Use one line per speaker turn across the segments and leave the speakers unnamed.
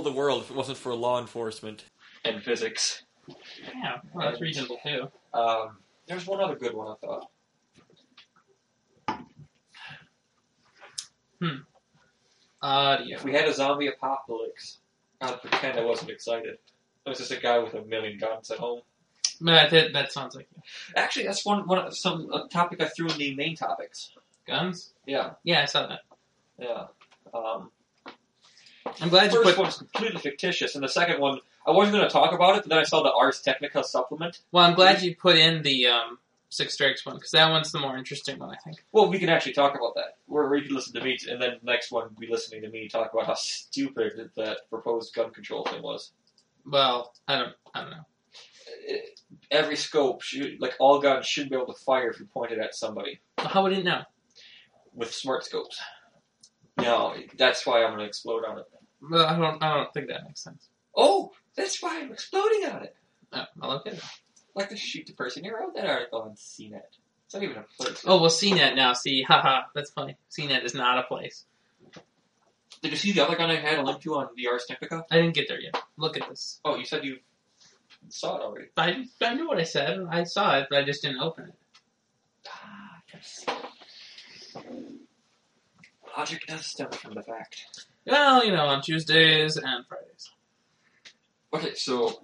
the world if it wasn't for law enforcement.
and physics.
Yeah, well, that's reasonable too.
Um, there's one other good one I thought.
Audio.
If we had a zombie apocalypse, I'd pretend I wasn't excited. It was just a guy with a million guns at home.
But that, that sounds like
Actually, that's one one of some a topic I threw in the main topics.
guns.
Yeah,
Yeah, I saw that.
yeah. Um,
I'm glad
the
you
first
put.
one's completely fictitious, and the second one I wasn't going to talk about it, but then I saw the Ars Technica supplement.
Well, I'm glad you put in the um, six strikes one because that one's the more interesting one, I think.
Well, we can actually talk about that. Where you can listen to me, and then next one be listening to me talk about how stupid that proposed gun control thing was.
Well, I don't. I don't know.
It- Every scope, should, like all guns, should be able to fire if you point it at somebody
Well, how would it know?
with smart scopes. No, that's why I'm going to explode on it.
Well, I don't. I don't think that makes sense.
Oh, that's why I'm exploding on it.
Oh, well, okay. then.
Like to shoot the person who wrote that article on CNET. It's not even a place.
Oh well, CNET now. See, haha, that's funny. CNET is not a place.
Did you see the other gun I had a link to on the Ars Technica?
I didn't get there yet. Look at this.
Oh, you said you saw it already.
I I knew what I said. I saw it, but I just didn't open it.
Ah, yes. Logic does stem from the fact.
Well, you know, on Tuesdays and Fridays.
Okay, so.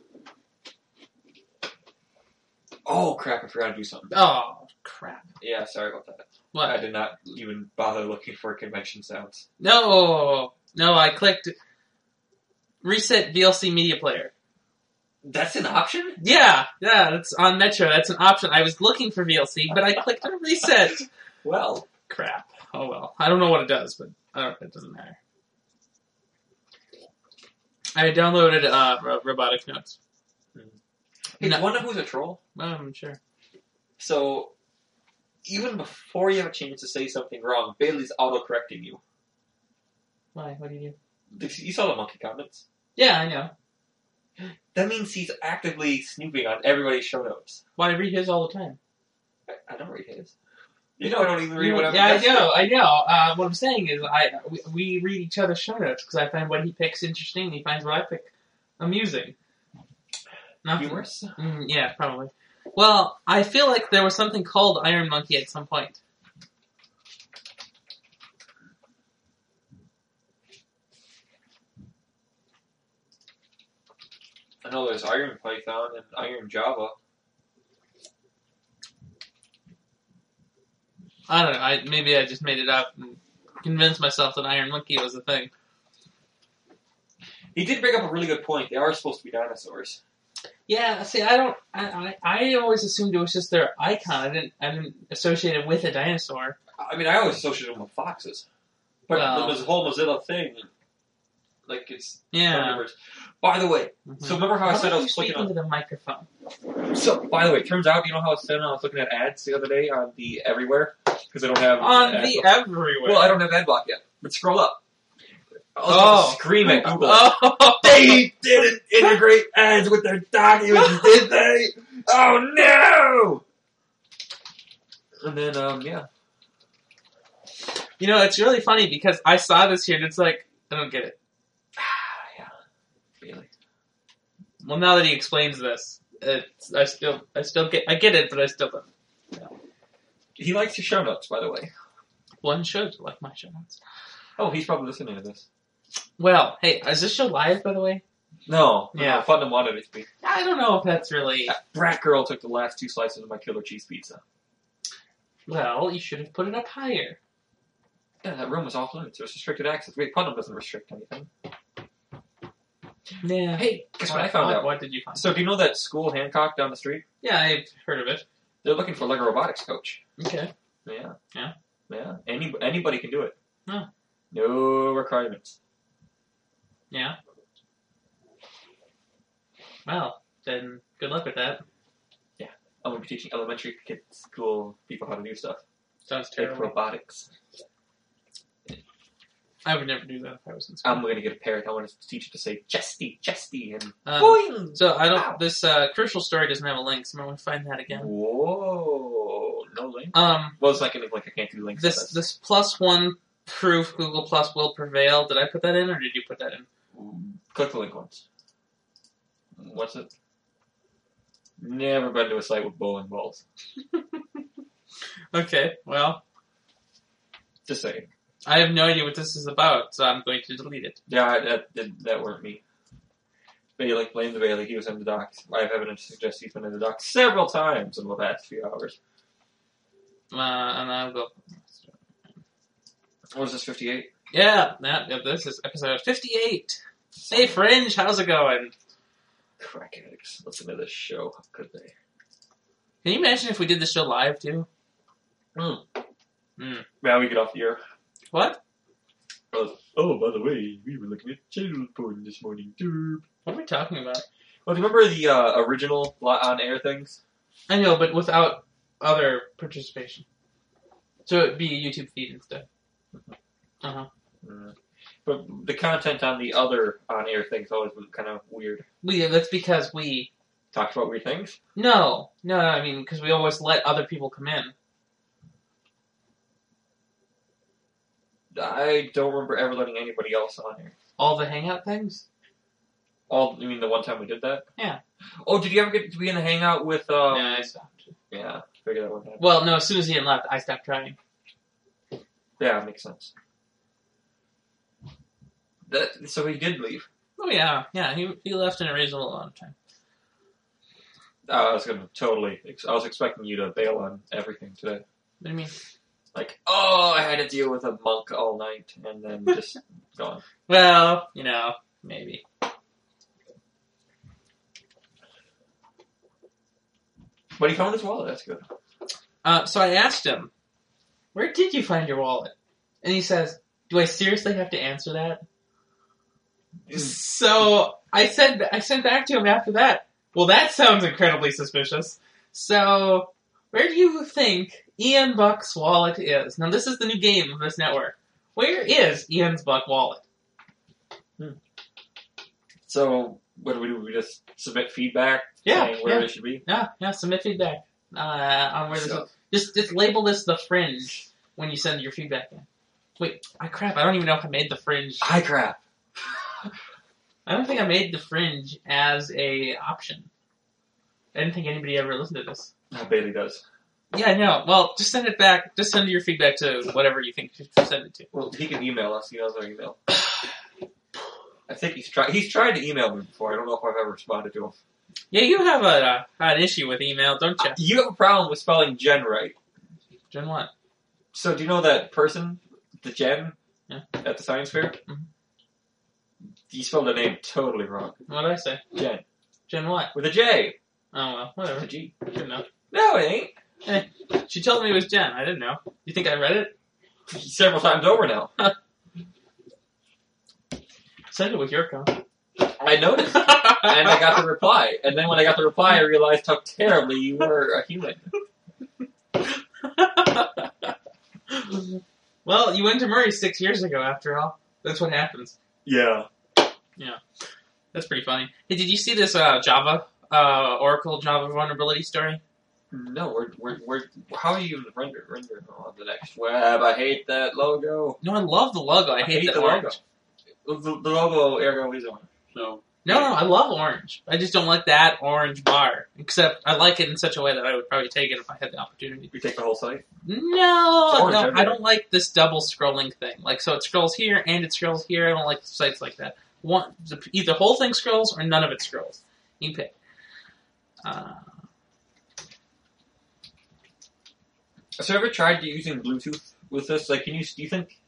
Oh crap! I forgot to do something.
Oh crap!
Yeah, sorry about that. I
What?
did not even bother looking for convention sounds.
No, no, I clicked reset VLC media player.
That's an option.
Yeah, yeah, that's on Metro. That's an option. I was looking for VLC, but I clicked on reset.
Well,
Crap. Oh well. I don't know what it does, but I don't, it doesn't matter. I downloaded uh, Ro- Robotic Notes.
hey,
No.
do you wanna know who's a troll?
Well, I'm sure.
So, even before you have a chance to say something wrong, Bailey's auto-correcting you.
Why? What do you do?
Did You you saw the monkey comments.
Yeah, I know.
That means he's actively snooping on everybody's show notes.
Why I read his all the time.
I, I don't read his. You know I don't even read what I'm
yeah, I know. I know. Uh, what I'm saying is, I we, we read each other's show notes because I find what he picks interesting, and he finds what I pick amusing. Not
Humorous?
Mm, yeah, probably. Well, I feel like there was something called Iron Monkey at some point.
I know there's Iron Python and Iron Java.
I don't know. I maybe I just made it up and convinced myself that Iron Monkey was a thing.
He did bring up a really good point. They are supposed to be dinosaurs.
Yeah. See, I don't. I, I I always assumed it was just their icon. I didn't. I didn't associate it with a dinosaur.
I mean, I always associate them with foxes. But
Well-
the whole Mozilla thing, like it's
Yeah.
Thunderbirds. By the way,
Mhm.
so remember how I
Why
said
don't
I
you
was clicking
speak
on
into the microphone.
So, by the way, turns out you know how I was saying I was looking at ads the other day on the everywhere because I don't have
On
ad
the
block.
everywhere.
Well, I don't have ad block yet, but scroll up. I was about
Oh.
to scream at Google.
Oh.
They didn't integrate ads with their documents, did they? Oh no! And then, um, yeah,
You know, it's really funny because I saw this here and it's like I don't get it.
yeah, really.
Well, now that he explains this, it's, I still I still get I get it, but I still don't.
He likes your show notes, by the way.
One should like my show notes.
Oh, he's probably listening to this.
Well, hey, is this show live by the way?
No,
Yeah.
no, Putnam wanted it to be.
I don't know if that's really.
That brat girl took the last two slices of my killer cheese pizza.
Well, you should have put it up higher.
Yeah, that room was off limits. It was restricted access. Wait, Putnam doesn't restrict anything.
Yeah.
Hey, guess what I found
what,
out?
What did you find?
So, do you know that school Hancock down the street?
Yeah, I've heard of it.
They're looking for like a robotics coach.
Okay.
Yeah.
Yeah?
Yeah. Any, anybody can do it.
Huh.
No requirements.
Yeah. Well, then good luck with that.
I'm going to be teaching elementary kids, school people how to do stuff.
Sounds
Like
terrible.
robotics.
I would never do that if I was in school.
I'm going to get a parrot. I want to teach it to say chesty, chesty, and
Um,
boing.
so
Ow.
I don't. This uh, crucial story doesn't have a link, so I'm gonna find that again.
Whoa. No link.
Um,
Well, it's not going to like I can't do links.
this this plus one proof Google Plus will prevail. Did I put that in, or did you put that in?
this. Click the link once. What's it? Never been to a site with bowling balls.
Okay, well,
Just saying.
I have no idea what this is about, so I'm going to delete it.
Yeah, I- that did that weren't me. Bailey, blame the Bailey. He was in the docks. I have evidence to suggest he's been in the docks several times in the last few hours.
Uh, and I'll go.
What is this? Fifty-eight.
Yeah, that, yeah, this is episode 58. Hey, Fringe, how's it going?
Crack addicts. Listen to this show. How could they?
Can you imagine if we did this show live too?
Mm.
Mm.
Now we get off the air.
What?
Oh, oh, by the way, we were looking at children's porn this morning. Derp.
What are we talking about?
Well, do you remember the uh, original on air things?
I know, but without other participation. So it'd be a YouTube feed instead.
Mm. But the content on the other on air things always was kind of weird.
We, that's because we.
Talked about weird things.
No, no, no I mean, because we always let other people come in.
I don't remember ever letting anybody else on here.
All the hangout things?
All you mean the one time we did that?
Yeah.
Oh, did you ever get to be in a hangout with? Um,
yeah, I stopped.
yeah, figure that one out.
Well, no, as soon as Ian left, I stopped trying.
Yeah, makes sense. That so he did leave.
Oh, yeah, yeah, he, he left in a reasonable amount of time.
Oh, I was gonna totally. ex- I was expecting you to bail on everything today.
What do you mean?
Like, oh, I had to deal with a monk all night, and then just gone.
Well, you know, maybe.
But he found his wallet. That's good.
Uh, so I asked him, "Where did you find your wallet?" And he says, "Do I seriously have to answer that?"
Mm.
Mm. So I said, I sent back to him after that. Well, that sounds incredibly suspicious. So where do you think Ian Buck's wallet is? Now this is the new game of this network. Where is Ian's Buck wallet?
So what do we do? We just submit feedback.
Yeah,
saying where
yeah.
they should be.
Yeah, Ah, yeah. Submit feedback uh, on where this
So-
is. Just, just label this the fringe when you send your feedback in. Wait, I crap. I don't even know if I made the fringe.
Hi, crap.
I don't think I made the fringe as a option. I didn't think anybody ever listened to this.
Ah, Bailey does.
Yeah, no. Well, just send it back. Just send your feedback to whatever you think you should send it to.
Well, he can email us. He knows our email. I think he's tried. He's tried to email me before. I don't know if I've ever responded to him.
Yeah, you have a uh, an issue with email, don't you?
Uh, You have a problem with spelling Jen right.
Jen what?
So do you know that person, the Jen,
Yeah.
at the science fair?
Mhm.
You spelled the name totally wrong.
What did I say?
Jen
Jen what?
with a J,
Oh well,
with a
whatever.
G.
Good enough.
No, it ain't.
She told me it was Jen. I didn't know. You think I read it?
Several times over now.
Send it with your account.
I noticed, and I got the reply. And then when I got the reply, I realized how terribly you were a human.
well, you went to Murray six years ago, after all. That's what happens.
Yeah.
That's pretty funny. Hey, did you see this uh, Java uh, Oracle Java vulnerability story?
No, we're we're, we're how are you even render render on the next web? I hate that logo.
No, I love the logo. I hate,
hate
that
the
orange.
logo. The, the logo ergo is on.
No.
No, no, I love orange. I just don't like that orange bar. Except I like it in such a way that I would probably take it if I had the opportunity.
You take the whole site. It's
No,
orange
no, I
everywhere.
don't like this double scrolling thing. Like, so it scrolls here and it scrolls here. I don't like sites like that. One, the, either whole thing scrolls or none of it scrolls. You pick. Uh,
Have you ever tried using Bluetooth with this? Like, can you? Do you think?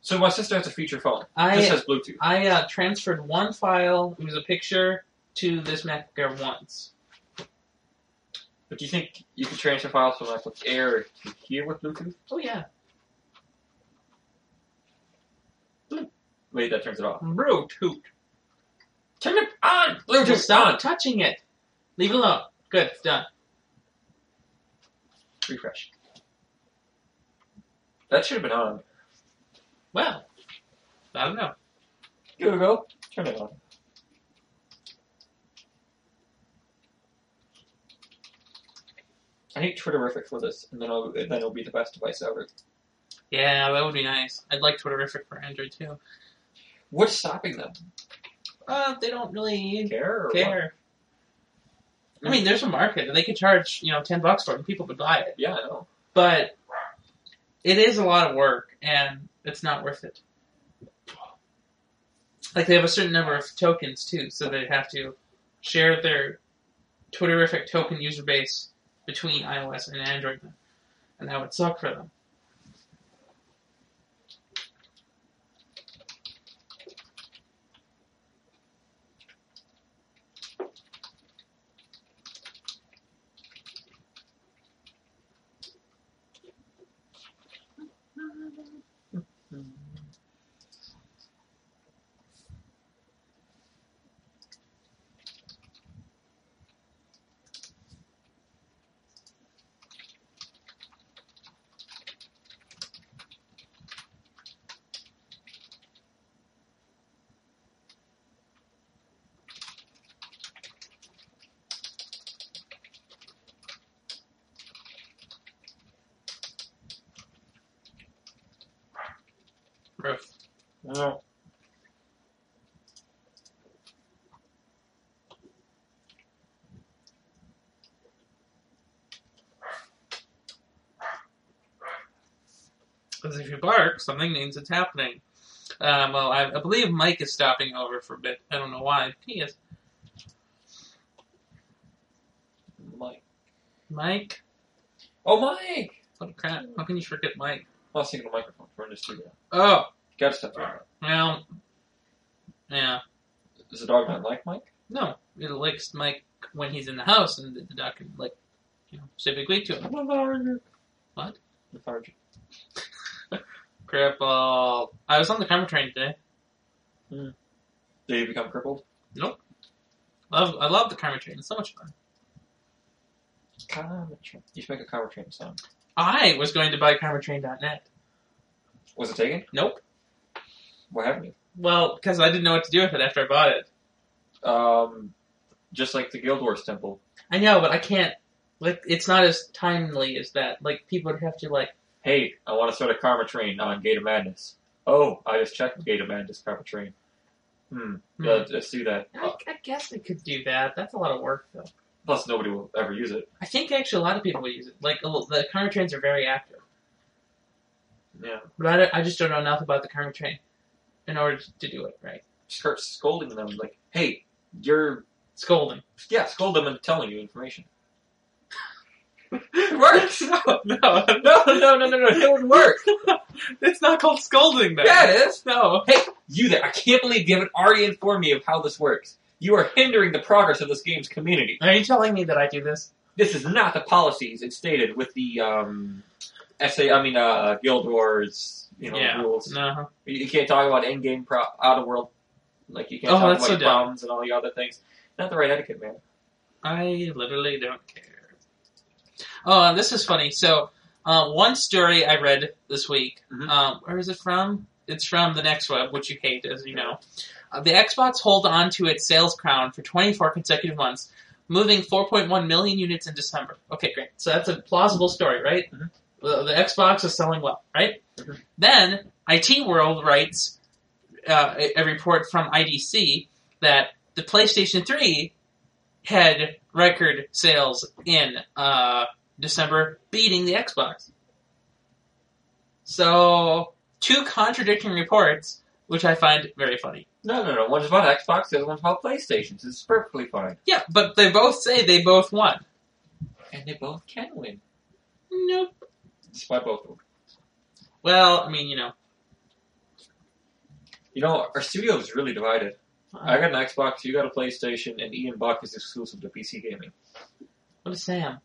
So my sister has a feature phone.
I
this has Bluetooth.
I uh, transferred one file, it was a picture, to this MacBook Air once.
But do you think you can transfer files from MacBook Air to here with Bluetooth?
Oh yeah,
Wait, that turns it off.
Bluetooth.
Turn it on.
Just
Bluetooth
stop
on.
touching it. Leave it alone. Good, it's done.
Refresh. That should have been on.
Well, I don't know.
Google, turn it on. I need Twitterific for this, and then I'll, then it'll be the best device ever.
Yeah, that would be nice. I'd like Twitterific for Android too.
What's stopping them?
Uh, they don't really
Care? Or What?
care. I mean, there's a market. They could charge, you know, 10 bucks for it and people would buy it.
Yeah, I know.
But it is a lot of work and it's not worth it. Like, they have a certain number of tokens too, so they have to share their Twitterific token user base between iOS and Android. And that would suck for them. Roof.
No.
Because if you bark, something means it's happening. Um, well, I, I believe Mike is stopping over for a bit. I don't know why. He is.
Mike.
Mike?
Oh, Mike!
What crap? How can you forget Mike?
I was thinking of microphone. We're in the studio.
Oh,
Gotta step around.
well. Yeah.
Does the dog not like Mike?
No, it likes Mike when he's in the house, and the, the dog can, like, you know, say big wig to him.
I'm lethargic.
What?
Lethargic.
Cripple. I was on the camera train today.
Do you become crippled?
Love, I love the camera train. It's so much fun.
Karma train. You should make a karma train song.
I was going to buy cameratrain.net.
Was it taken?
Nope.
What happened?
Well, because I didn't know what to do with it after I bought it.
Um, just like the Guild Wars temple.
I know, but I can't. Like, it's not as timely as that. Like, people would have to like.
Hey, I want to start a karma train on Gate of Madness. Oh, I just checked Gate of Madness karma train. Hmm.
hmm.
Yeah, let's do that.
I, I guess they could do that. That's a lot of work, though.
Plus, nobody will ever use it.
I think actually a lot of people would use it. Like, a lo- the current trains are very active,
Yeah.
but I, don't- I just don't know enough about the current train in order to do it right.
Start scolding them like, hey, you're
Scolding
yeah, scold them and telling you information.
it
works.
No, no,
No, no, no, no, no. It would work.
it's not called scolding. Then.
Yeah, it is.
No.
You there? I can't believe you haven't already informed me of how this works. You are hindering the progress of this game's community.
Are you telling me that I do this?
this is not the policies it stated with the um, essay. I mean, uh, Guild Wars, you know,
Yeah.
rules.
No.
You you can't talk about in-game pro- out of world, like you can't
Oh,
talk
that's
about
so
your
dumb.
problems and all the other things. Not the right etiquette, man.
I literally don't care. Oh, and this is funny. So, uh, one story I read this week.
Mhm.
Um, where is it from? It's from the next web, which you hate, as you know. Uh, the Xbox hold on to its sales crown for 24 consecutive months, moving 4.1 million units in December. Okay, great. So that's a plausible story, right?
Mhm.
The, the Xbox is selling well, right?
Mhm.
Then IT World writes uh, a, a report from IDC that the PlayStation 3 had record sales in uh, December, beating the Xbox. So, two contradicting reports, which I find very funny.
No, no, no. One's about Xbox, the other one's about PlayStation. It's perfectly fine,
Yeah, but they both say they both won.
and they both can win.
Nope.
It's by both of them.
Well, I mean, you know.
You know, our studio is really divided.
uh,
I got an Xbox, you got a PlayStation, and Ian Buck is exclusive to PC gaming.
What is Sam?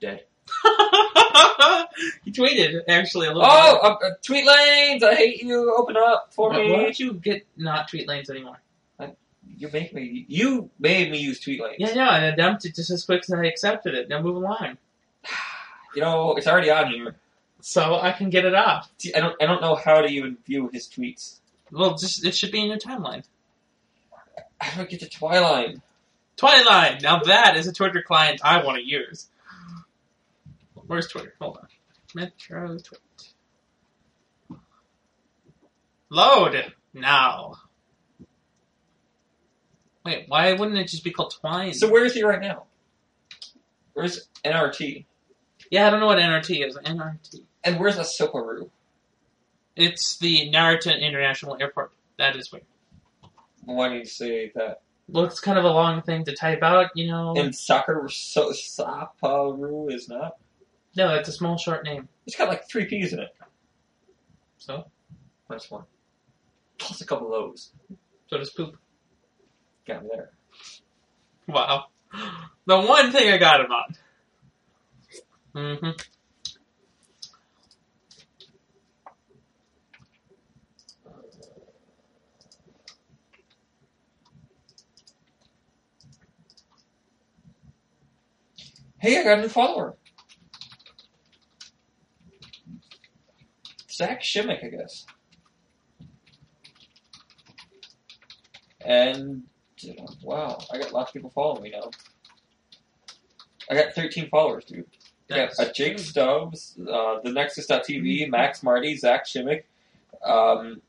Dead.
he tweeted, actually, a little
Oh,
bit.
uh, uh, tweet lanes! I hate you. Open up for
Why
me.
why don't you get not tweet lanes anymore?
You make me. You made me use tweet lanes.
Yeah, no, I dumped it just as quick as I accepted it. Now move along.
You know, it's already on here.
So I can get it off.
See, I don't. I don't know how to even view his tweets.
Well, just it should be in your timeline.
I don't get to Twilight.
Twilight. Now that is a Twitter client I want to use. Where's Twitter? Hold on. Metro Twit. Load now. Wait, why wouldn't it just be called Twine?
So where is he right now? Where's NRT?
yeah, I don't know what NRT is. NRT.
And where's Asokaru?
It's the Narita International Airport. That is weird.
Why do you say that?
Looks kind of a long thing to type out, you know.
And Sakaru, so, Saparu is not?
no, that's a small, short name.
It's got like three P's in it.
So,
Minus one. Plus a couple of O's.
so does poop.
Got me there.
Wow. The one thing I got about. hmm
Hey, I got a new follower. Zach Shimmick, I guess. And uh, wow, I got lots of people following me now. I got 13 followers, dude. I got
That's
uh, Jake Stubbs, uh, the Nexus.tv,
Mm-hmm.
Max Marty, Zach Shimmick, um,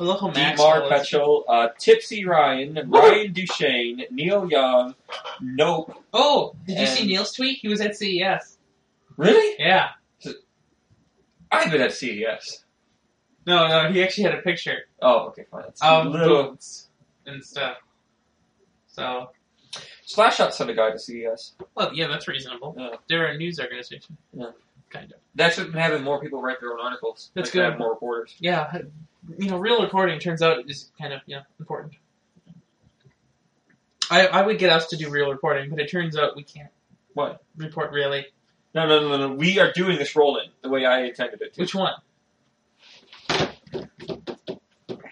I love how Max
Dietmar
follows-
Petchel, uh, Tipsy Ryan, Ryan Duchesne, Neil Young, Nope.
Oh, did you see
And-
Neil's tweet? He was at CES.
Really?
Yeah.
I've been at E CES.
No, no, he actually had a picture
Oh, okay, fine. It's
of
little
boots and stuff. So,
Slashot sent a guy to E CES.
well, yeah, that's reasonable.
Yeah.
They're a news organization.
Yeah.
Kind of.
That's been having more people write their own articles.
That's
Like,
good.
Have more reporters.
Yeah. You know, real recording turns out is kind of, yeah, important. I, I would get us to do real reporting, but it turns out we can't
What?
report really.
No, no, no, no, no. We are doing this roll-in the way I intended it to.
Which one?
I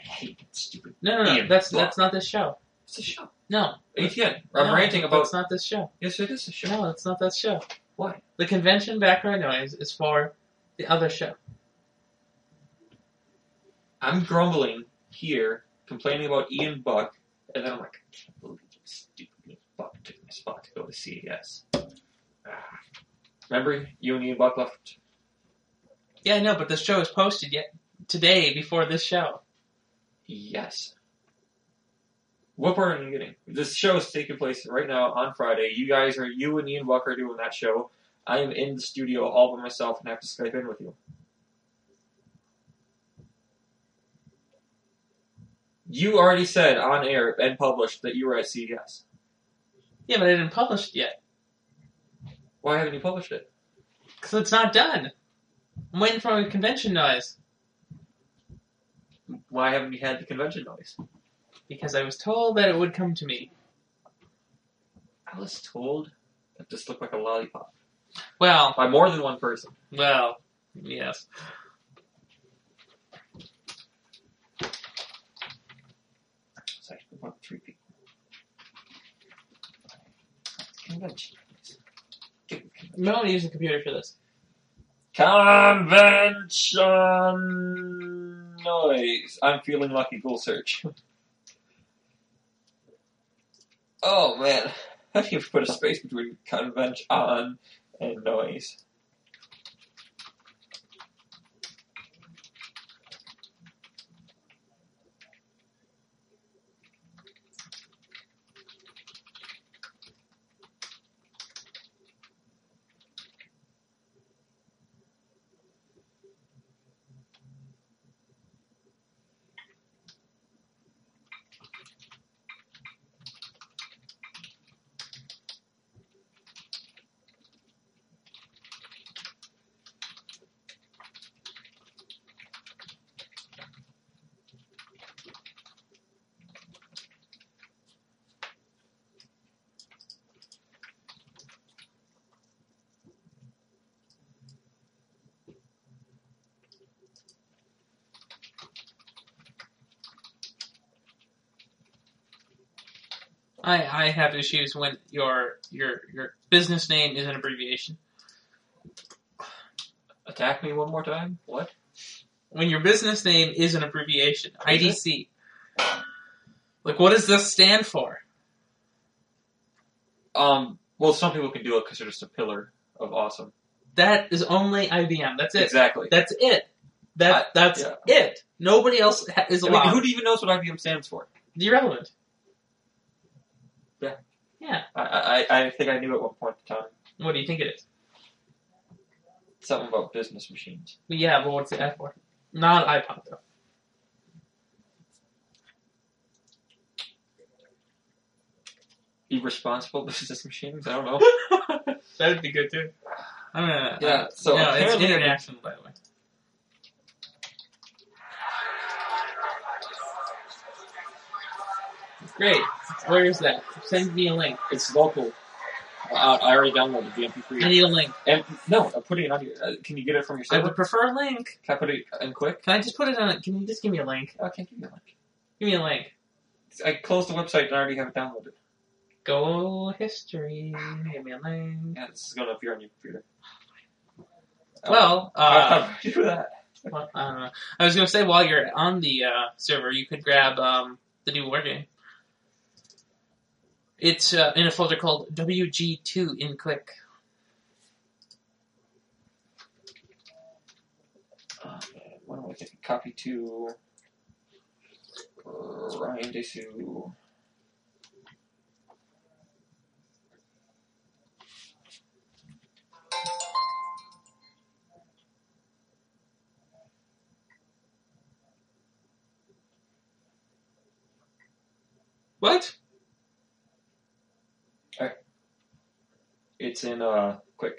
hate that stupid.
No, no, no.
Ian
That's
Block.
that's not this show.
It's a show.
No,
ATN. I'm
no,
ranting about.
That's not this show.
Yes, it is a show.
No, that's not that show.
Why?
The convention background noise is for the other show.
I'm grumbling here, complaining about Ian Buck, and then I'm like, I can't believe this stupid Ian Buck took my spot to go to CES. Ah. Remember, you and Ian Buck left.
Yeah, I know, but this show is posted yet today before this show.
Yes. What part are you getting? This show is taking place right now on Friday. You guys are, you and Ian Buck are doing that show. I am in the studio all by myself and have to Skype in with you. You already said on air and published that you were at E CES.
Yeah, but I didn't publish it yet
Why haven't you published it?
because it's not done. I'm waiting for a convention noise
Why haven't you had the convention noise?
because I was told that it would come to me.
I was told that this looked like a lollipop
Well,
by more than one person.
well, yes.
It's actually about three people. Convention noise. Give me convention.
No one uses a computer for this.
Convention noise. I'm feeling lucky. Google search. Oh man, how do you put a space between convention and noise?
I, I have issues when your your your business name is an abbreviation.
Attack me one more time. What?
When your business name is an abbreviation,
Is it?
IDC. Like, what does this stand for?
Um. Well, some people can do it because they're just a pillar of awesome.
That is only IBM. That's it.
Exactly.
That's it. That that's
yeah.
it. Nobody else ha- is
I mean,
allowed.
who do even knows what IBM stands for?
Irrelevant. Yeah.
I, I, I think I knew at one point in time
What do you think it is?
something about business machines.
But yeah, but what's the F for? Not iPod though.
Irresponsible business machines. I don't know.
That'd be good too. I'm gonna.
Yeah, Uh, so
no, it's
apparently-
international, by the way. Great. Where is that? Send me a link.
It's local. Uh, I already downloaded the
I
MP3.
need a link.
And no, I'm putting it on your. Uh, can you get it from your
I
server?
would prefer a link.
Can I put it in quick?
Can I just put it on? Can you just give me a link?
Okay, give me a link.
Give me a link.
I closed the website and I already have it downloaded.
Go history. Give me a link.
Yeah, this is going to appear on your computer.
Well,
how,
uh,
how do you do that?
Well, I don't know. I was gonna say while you're on the uh, server, you could grab um, the new war game. It's uh, in a folder called WG2 in Quick.
Oh, man, What am I thinking? Copy to uh, Ryan Desu.
What?
It's in uh, quick.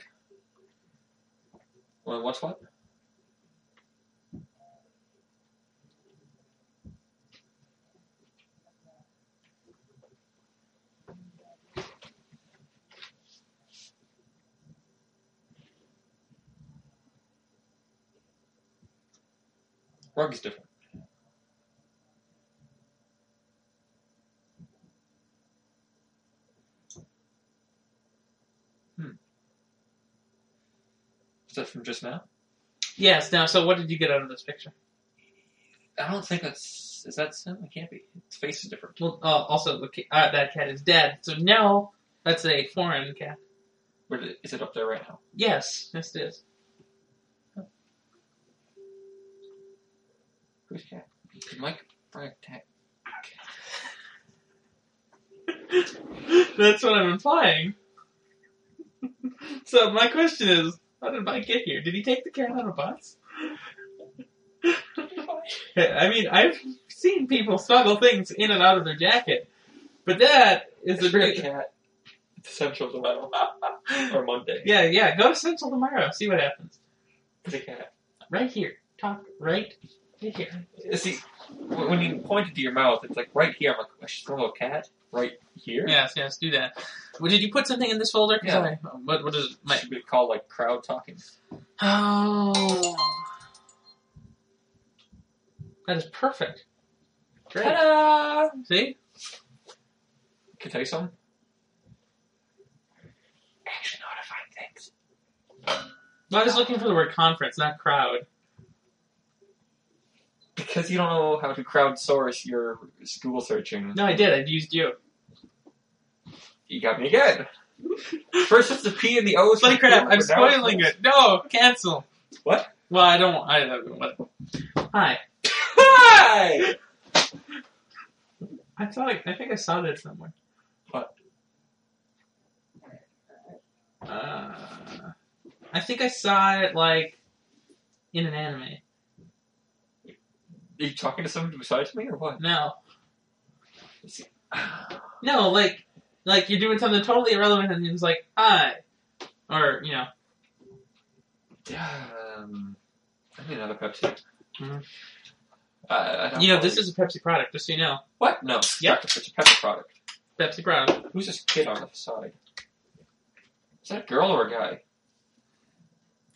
Well, what's what? Rug is different. Is that from just now?
Yes. Now, so what did you get out of this picture?
I don't think that's. Is that sim? It can't be. Its face is different.
Well, uh, also the ca- uh, that cat is dead. So now that's a foreign cat.
Where did, is it up there right now?
Yes, yes it is.
Who's cat? Did Mike Frank cat?
that's what I'm implying. so my question is, how did Mike get here? Did he take the cat on a bus? Hey, I mean, I've seen people smuggle things in and out of their jacket, but that is a
It's really
great.
cat. It's essential tomorrow or Monday.
Yeah, yeah. Go to Central tomorrow. See what happens.
It's a cat.
Right here. Talk right here.
See, wh- when you point it to your mouth, it's like right here. I'm like, I should throw a cat right here.
Yes, yes. Do that. Well, did you put something in this folder? 'Cause
Yeah.
I- what What is it? My,
Should be called like crowd talking.
oh. That is perfect. Great.
Ta-da!
See?
Can I tell you something? Action notified things.
I was looking for the word conference, not crowd.
Because you don't know how to crowdsource your Google searching,
No, I did. I used you.
you got me again. First it's the P and the O.
Bloody crap! I'm spoiling it. No, cancel.
What?
Well, I don't. I don't. What? Hi.
Hi!
I thought. I, I think I saw that somewhere.
What?
Uh, I think I saw it like in an anime.
Are you talking to somebody besides me or what?
No, no, like, like you're doing something totally irrelevant, and it's like hi, or you know,
um, I need another Pepsi. Mm-hmm.
Mhm.
Uh, I don't
you know, this is a Pepsi product, just so you know,
what? No,
Yep.
it's a Pepsi product.
Pepsi product.
Who's this kid on the side? Is that a girl or a guy?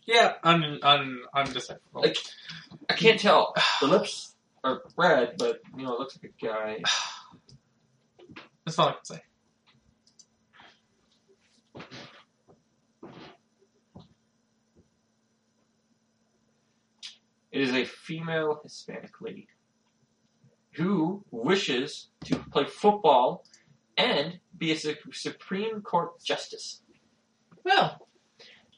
Yeah, I'm, I'm, I'm just
Like, I can't tell. The lips are red, but you know, it looks like a guy.
That's all I can say.
It is a female Hispanic lady who wishes to play football and be a su- Supreme Court justice.
Well,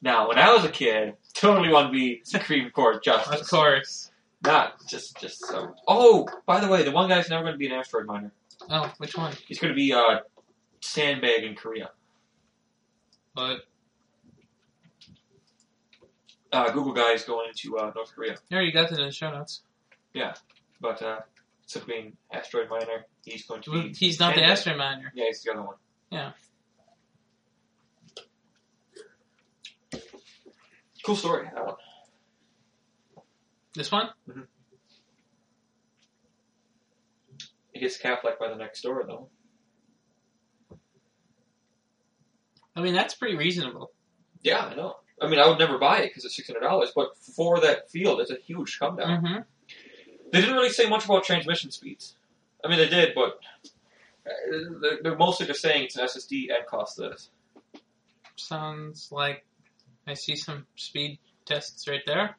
Now, when I was a kid, totally wanted to be Supreme Court justice.
of course.
Not just just so. Oh, by the way, the one guy's never going to be an asteroid miner.
Oh, which one?
He's going to be uh, sandbag in Korea.
But
Uh, Google guy is going to uh, North Korea,
you already got that in the show notes.
but uh, instead of being asteroid miner, he's going to be.
He's not the
sandbag.
asteroid miner.
Yeah, he's the other one.
Yeah.
Cool story. That one.
This one?
He gets capped like by the next door though.
I mean, that's pretty reasonable.
Yeah, I know. I mean, I would never buy it because it's six hundred dollars, but for that field, it's a huge come down.
Mm-hmm.
They didn't really say much about transmission speeds. I mean, they did, but uh, they're- they're mostly just saying it's an SSD and costs this.
Sounds like I see some speed tests right there.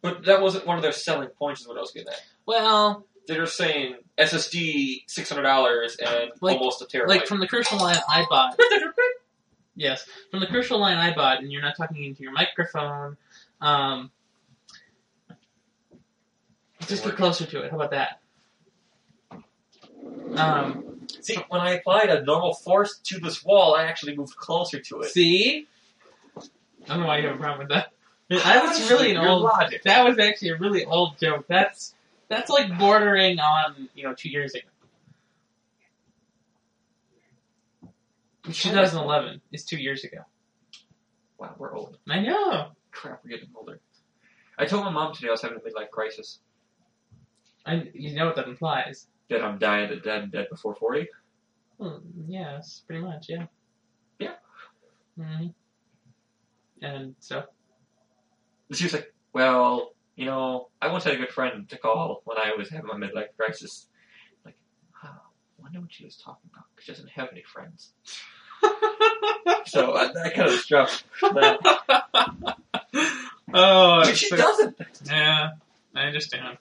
But that wasn't one of their selling points. Is what I was getting at.
Well,
They're just saying SSD six hundred dollars and
Like-
almost a terabyte.
like from the crucial line I bought. Yes, from the crucial line I bought, and you're not talking into your microphone. Um, just get closer to it. How about that? Um,
See, when I applied a normal force to this wall, I actually moved closer to it.
see, I don't know why you have a problem with that. That was really an
Your
old.
logic.
That was actually a really old joke. That's that's like bordering on you know two years ago. 2011 is two years ago.
Wow, we're old.
I know.
Crap, we're getting older. I told my mom today I was having a midlife crisis.
I you know what that implies.
That I'm dying to dead and dead before forty.
Hmm, yes, pretty much, yeah.
Yeah.
hmm And so,
she was like, "Well, you know, I once had a good friend to call when I was having my midlife crisis." Like, huh, I wonder what she was talking about. 'cause She doesn't have any friends, so I, that kind of struck. That.
oh,
But she doesn't.
yeah, I understand.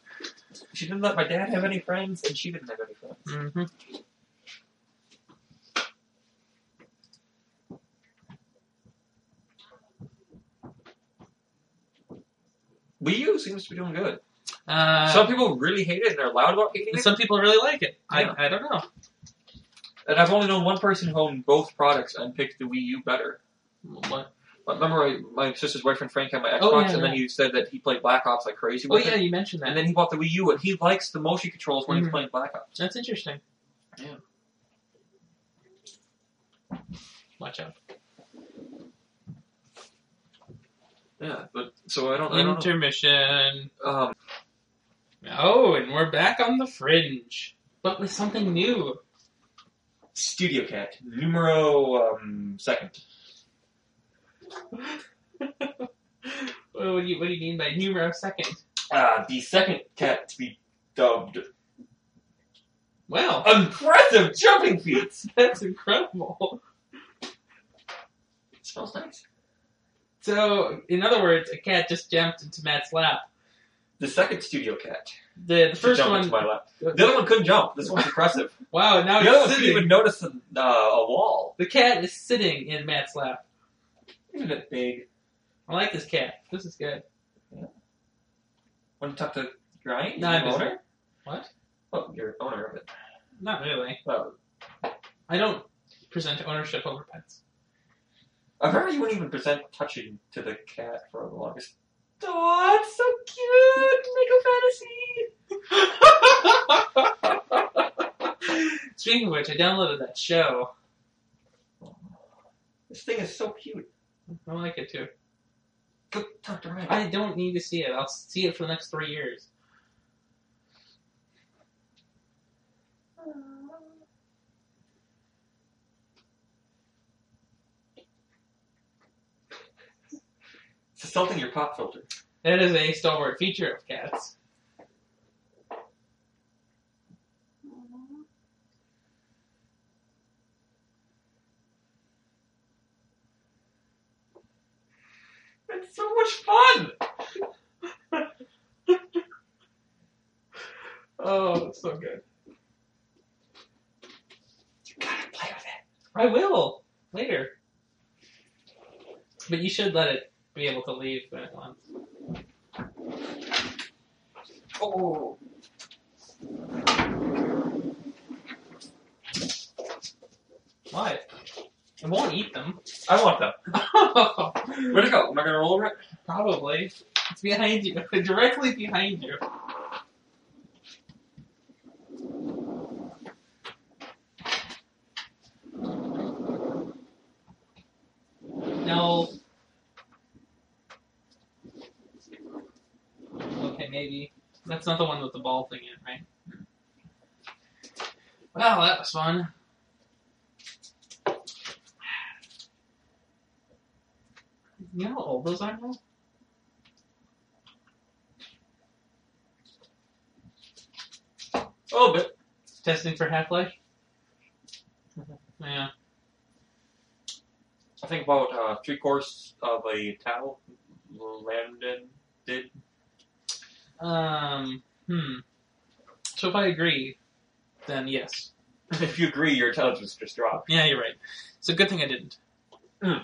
She didn't let my dad have any friends, and she didn't have any friends.
hmm
Wii U seems to be doing good.
Uh,
Some people really hate it, and they're loud about hating
and
it.
some people really like it.
Yeah.
I, I don't know.
and I've only known one person who owned both products and picked the Wii U better.
What?
But remember, my, my sister's boyfriend Frank had my Xbox,
Oh, yeah,
and then
right.
he said that he played Black Ops like crazy.
Oh
with it.
yeah, you mentioned that.
And then he bought the Wii U, and he likes the motion controls when
Mhm.
he's playing Black Ops.
That's interesting.
Yeah.
Watch out.
Yeah, but so I don't. I don't
Intermission.
know. Um,
Oh, and we're back on the fringe, but with something new.
Studio Cat numero um, second.
Well, what do you what do you mean by numero second?
Uh, the second cat to be dubbed
Well,
impressive jumping feats.
that's incredible.
It smells nice.
So, in other words, a cat just jumped into Matt's lap.
The second Studio Cat.
The, the
to
first
jump
one,
Into my lap. The other one couldn't jump. This one's impressive.
wow, now
the other one
it's
didn't
sitting.
even notice a, uh, a wall.
The cat is sitting in Matt's lap.
Isn't it big?
I like this cat. This is good.
Want to talk to Ryan?
No, it
your
doesn't.
owner?
What?
Oh, your owner of it.
Not really.
Oh.
I don't present ownership over pets.
I remember you wouldn't even present touching to the cat for the longest. Oh, it's so cute!
Speaking of which, I downloaded that show.
Lego fantasy! This thing is so cute.
I like it too.
Go talk to Ryan.
I don't need to see it. I'll see it for the next three years.
It's assaulting your pop filter.
That is a stalwart feature of cats.
It's so much fun!
Oh, that's so good.
You gotta play with it.
I will later. But you should let it be able to leave when it wants.
Oh!
What? I won't eat them. Oh.
I want them. Where'd it go? Am I gonna roll over it?
Probably. It's behind you. Directly behind you. No. Okay, maybe. That's not the one with the ball thing in, right? Well, that was fun. You know how old those are now?
A little bit.
Testing for Half Life? Yeah.
I think about uh, three quarters of a towel landed. Did
Um, hmm. So if I agree, then yes.
if you agree, your intelligence just dropped.
Yeah, you're right. So good thing I didn't. Hmm.
Mm.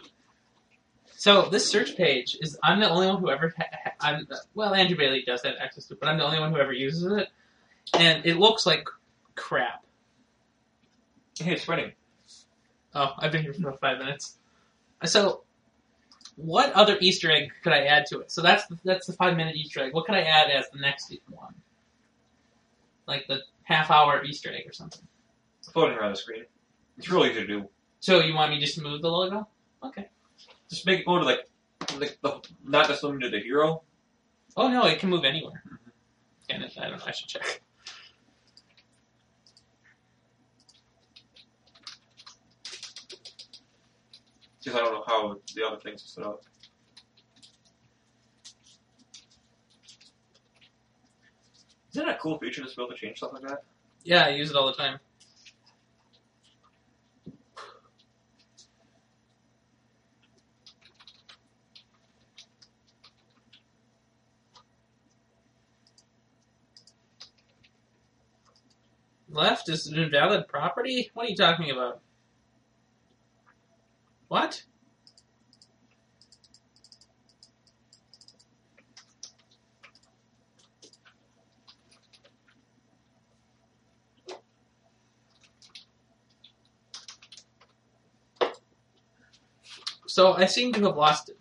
So this search page is I'm the only one who ever ha- ha- I'm well Andrew Bailey does have access to, it, but I'm the only one who ever uses it, and it looks like crap.
Hey, it's running.
Oh, I've been here for about five minutes. So, what other Easter egg could I add to it? So that's the, that's the five minute Easter egg. What could I add as the next one? Like the half hour Easter egg or something.
It's floating around the screen. It's really easy to do.
So you want me just to move the logo? Okay.
Just make it go to like, like the, not just limited to the hero.
Oh no, it can move anywhere. And it, I don't know. I should check.
Because I don't know how the other things are set up. Isn't that a cool feature to be able to change stuff like that?
Yeah, I use it all the time. Left is an invalid property? What are you talking about? What? So I seem to have lost it.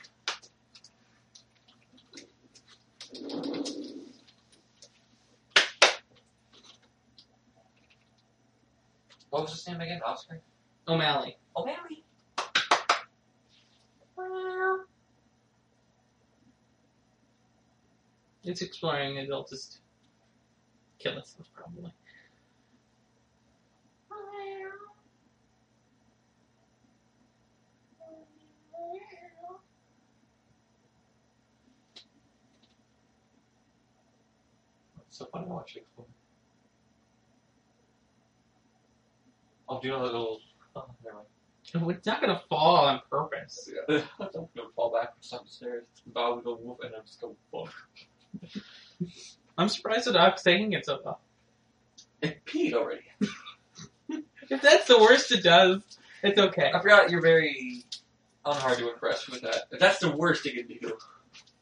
What was his name again? Oscar?
O'Malley.
Oh, Mary.
It's exploring, and it'll just kill itself probably.
It's so funny watching it. Oh, do you know that little. Oh, never mind.
Oh, It's not gonna fall on purpose.
Yeah. I'm gonna fall back from some stairs. Bob would go whoop, and I'm just going boom.
I'm surprised the dog's taking it so well.
It peed already.
If that's the worst it does, it's okay.
I forgot you're very unhard to impress with that. If that's the worst you can do.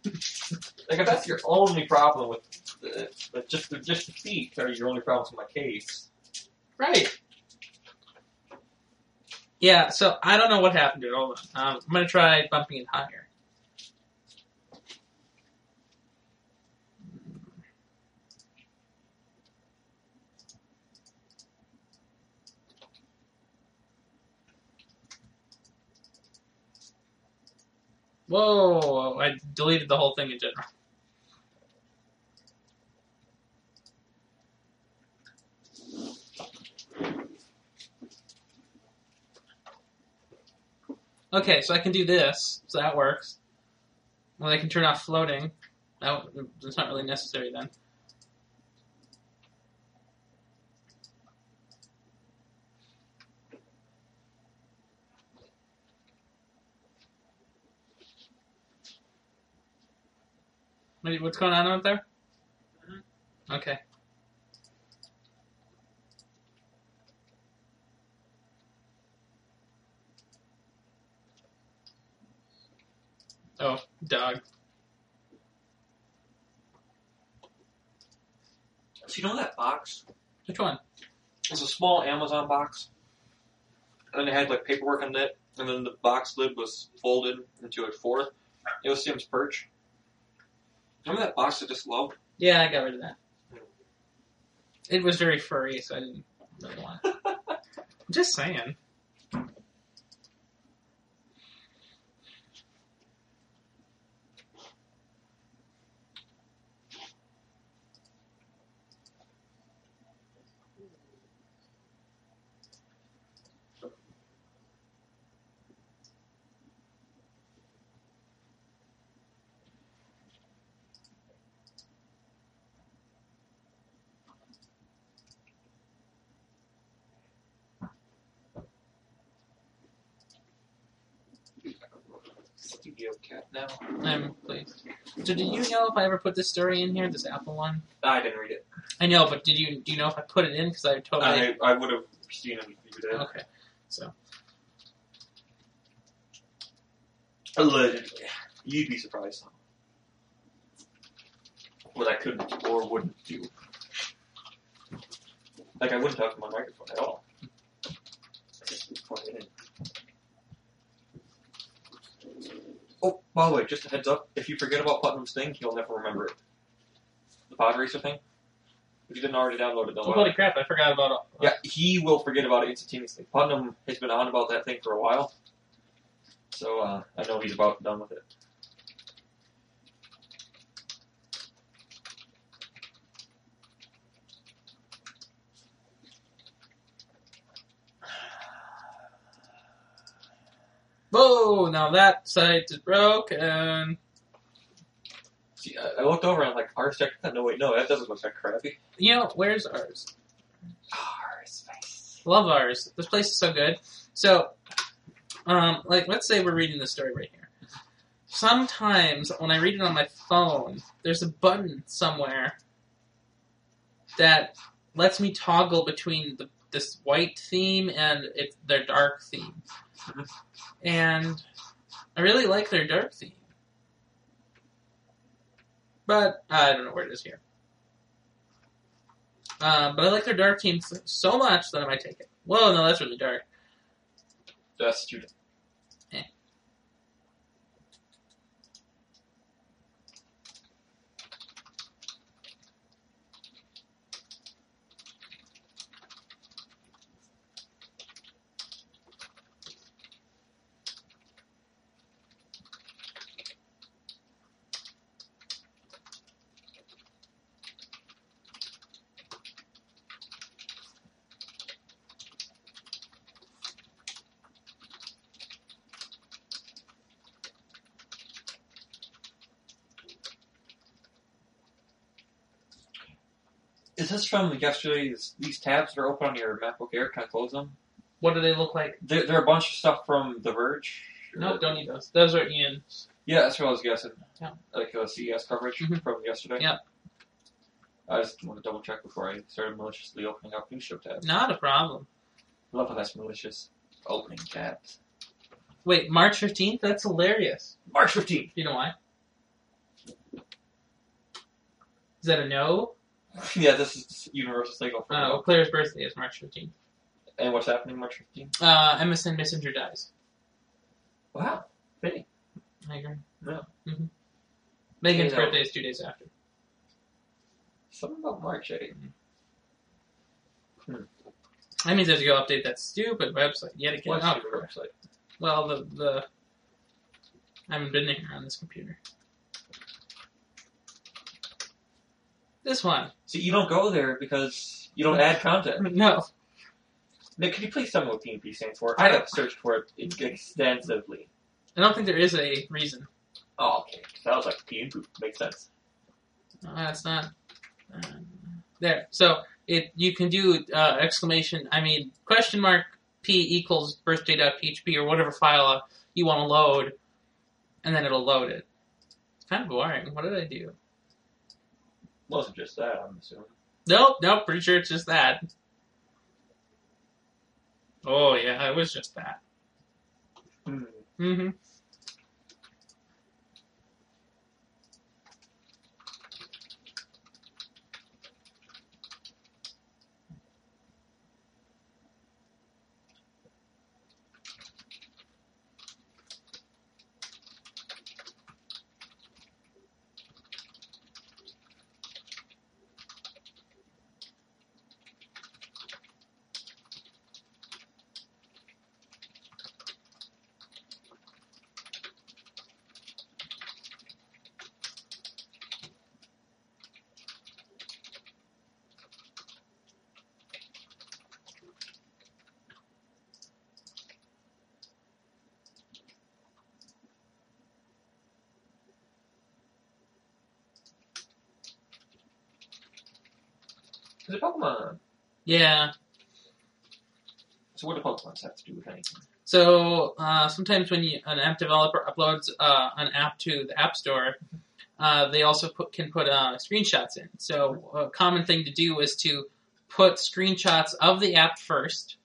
like if that's your only problem with the, but just the just the feet are your only problems with my case.
Right. Yeah, so I don't know what happened to it. Hold on. Um, I'm going to try bumping it higher. Whoa, I deleted the whole thing in general. Okay, so I can do this, so that works. Well, I can turn off floating. That that's not really necessary then. Wait, what's going on out there? Okay. Oh, dog.
So you know that box?
Which one?
It's a small Amazon box. and it had like paperwork on it, and then the box lid was folded into a fourth. It was Sam's perch. Remember that box I just loved?
Yeah, I got rid of that. It was very furry, so I didn't really want it. Just saying.
Studio cat now.
I'm pleased. So, do you know if I ever put this story in here, this Apple one?
I didn't read it.
I know, but did you do you know if I put it in? Because I totally
I, I would have seen it if you did.
okay. So
Allegedly. You'd be surprised.
What I couldn't or wouldn't do.
Like I wouldn't talk to my microphone at all.
Plug it in.
Oh, by the way, just a heads up: if you forget about Putnam's thing, he'll never remember it. The Pod Racer thing. If you didn't already download it,
oh,
download
holy
it.
crap! I forgot about all.
Yeah, he will forget about it instantaneously. Putnam has been on about that thing for a while, so uh, I know he's about done with it.
Whoa! Now that site is broken.
See, I, I looked over and I'm like, "Ars Tech? No, wait, no, that doesn't look that crappy."
You know where's ours?
Ars face.
Love ours. This place is so good. So, um, like, let's say we're reading this story right here. Sometimes when I read it on my phone, there's a button somewhere that lets me toggle between the, this white theme and it, their dark theme. And I really like their dark theme. But I don't know where it is here. Uh, but I like their dark theme so- so much that I might take it. Whoa, no, that's really dark.
That's student. Is this from yesterday's? These tabs that are open on your MacBook Air. Can I close them?
What do they look like?
There, there are a bunch of stuff from The Verge.
No, don't need those. Those are Ian's.
Yeah, that's what I was guessing.
Yeah.
Like uh, CES coverage
Mhm.
from yesterday.
Yeah.
I just want to double check before I started maliciously opening up new show tabs.
Not a problem.
Love how that's malicious. Opening tabs.
Wait, March 15th? That's hilarious.
March 15th!
You know why? Is that a no?
yeah, this is Universal Legal for
Oh, Claire's birthday is March 15th.
And what's happening March 15th?
Uh, MSN Messenger dies.
Wow. Benny.
I agree.
No.
hmm Megan's
Yeah.
birthday is two days after.
Something about March 8th.
That means I have to go update that stupid website yet again.
What's
Oh,
your
crap.
website?
Well, the the I haven't been here on this computer. This one,
See, you don't go there because you don't add content.
no,
Nick, could you please tell me what PNP stands for?
I
I
don't-
have searched for it extensively.
I don't think there is a reason.
Oh, okay. That was like PNP. Makes sense.
No, that's not um, there. So it you can do uh, exclamation. I mean question mark p equals birthday.php or whatever file uh, you want to load, and then it'll load it. It's kind of boring. What did I do?
Wasn't just that, I'm assuming.
Nope, nope, pretty sure it's just that. Oh, yeah, it was just that.
Hmm.
Mm-hmm.
It's a Pokemon.
Yeah.
So what do Pokemons have to do with anything?
So uh, sometimes when you, an app developer uploads uh, an app to the App Store, uh, they also put, can put uh, screenshots in. So a common thing to do is to put screenshots of the app 1st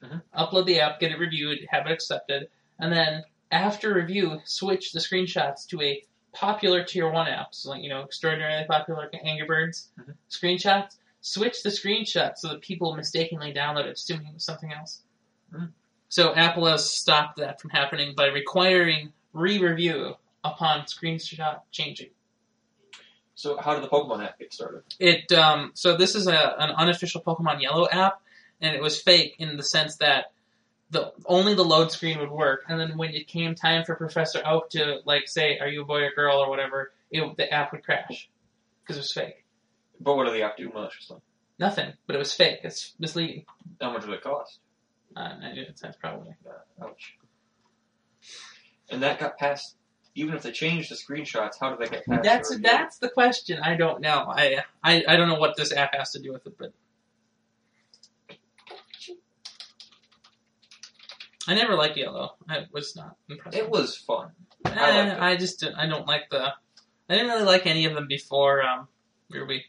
Mhm.
upload the app, get it reviewed, have it accepted, and then after review, switch the screenshots to a popular tier one app, so like you know extraordinarily popular like Angry Birds
Mhm.
screenshots. Switch the screenshots so that people mistakenly download it, assuming it was something else.
Mm.
So Apple has stopped that from happening by requiring re-review upon screenshot changing.
So how did the Pokemon app get started?
It um, so this is a, an unofficial Pokemon Yellow app, and it was fake in the sense that the only the load screen would work, and then when it came time for Professor Oak to like say, "Are you a boy or girl?" or whatever, it, the app would crash because it was fake.
But what did the app do maliciously?
Nothing, but it was fake. It's misleading.
How much did it cost?
Uh, I do- that's probably
Uh, ouch. And that got past. Even if they changed the screenshots, how did they get past?
that's
the review?
that's the question. I don't know. I, I I don't know what this app has to do with it, but I never liked Yellow. I was not impressed.
It was fun. I
I,
liked it.
I just don't- I don't like the I didn't really like any of them before um Ruby.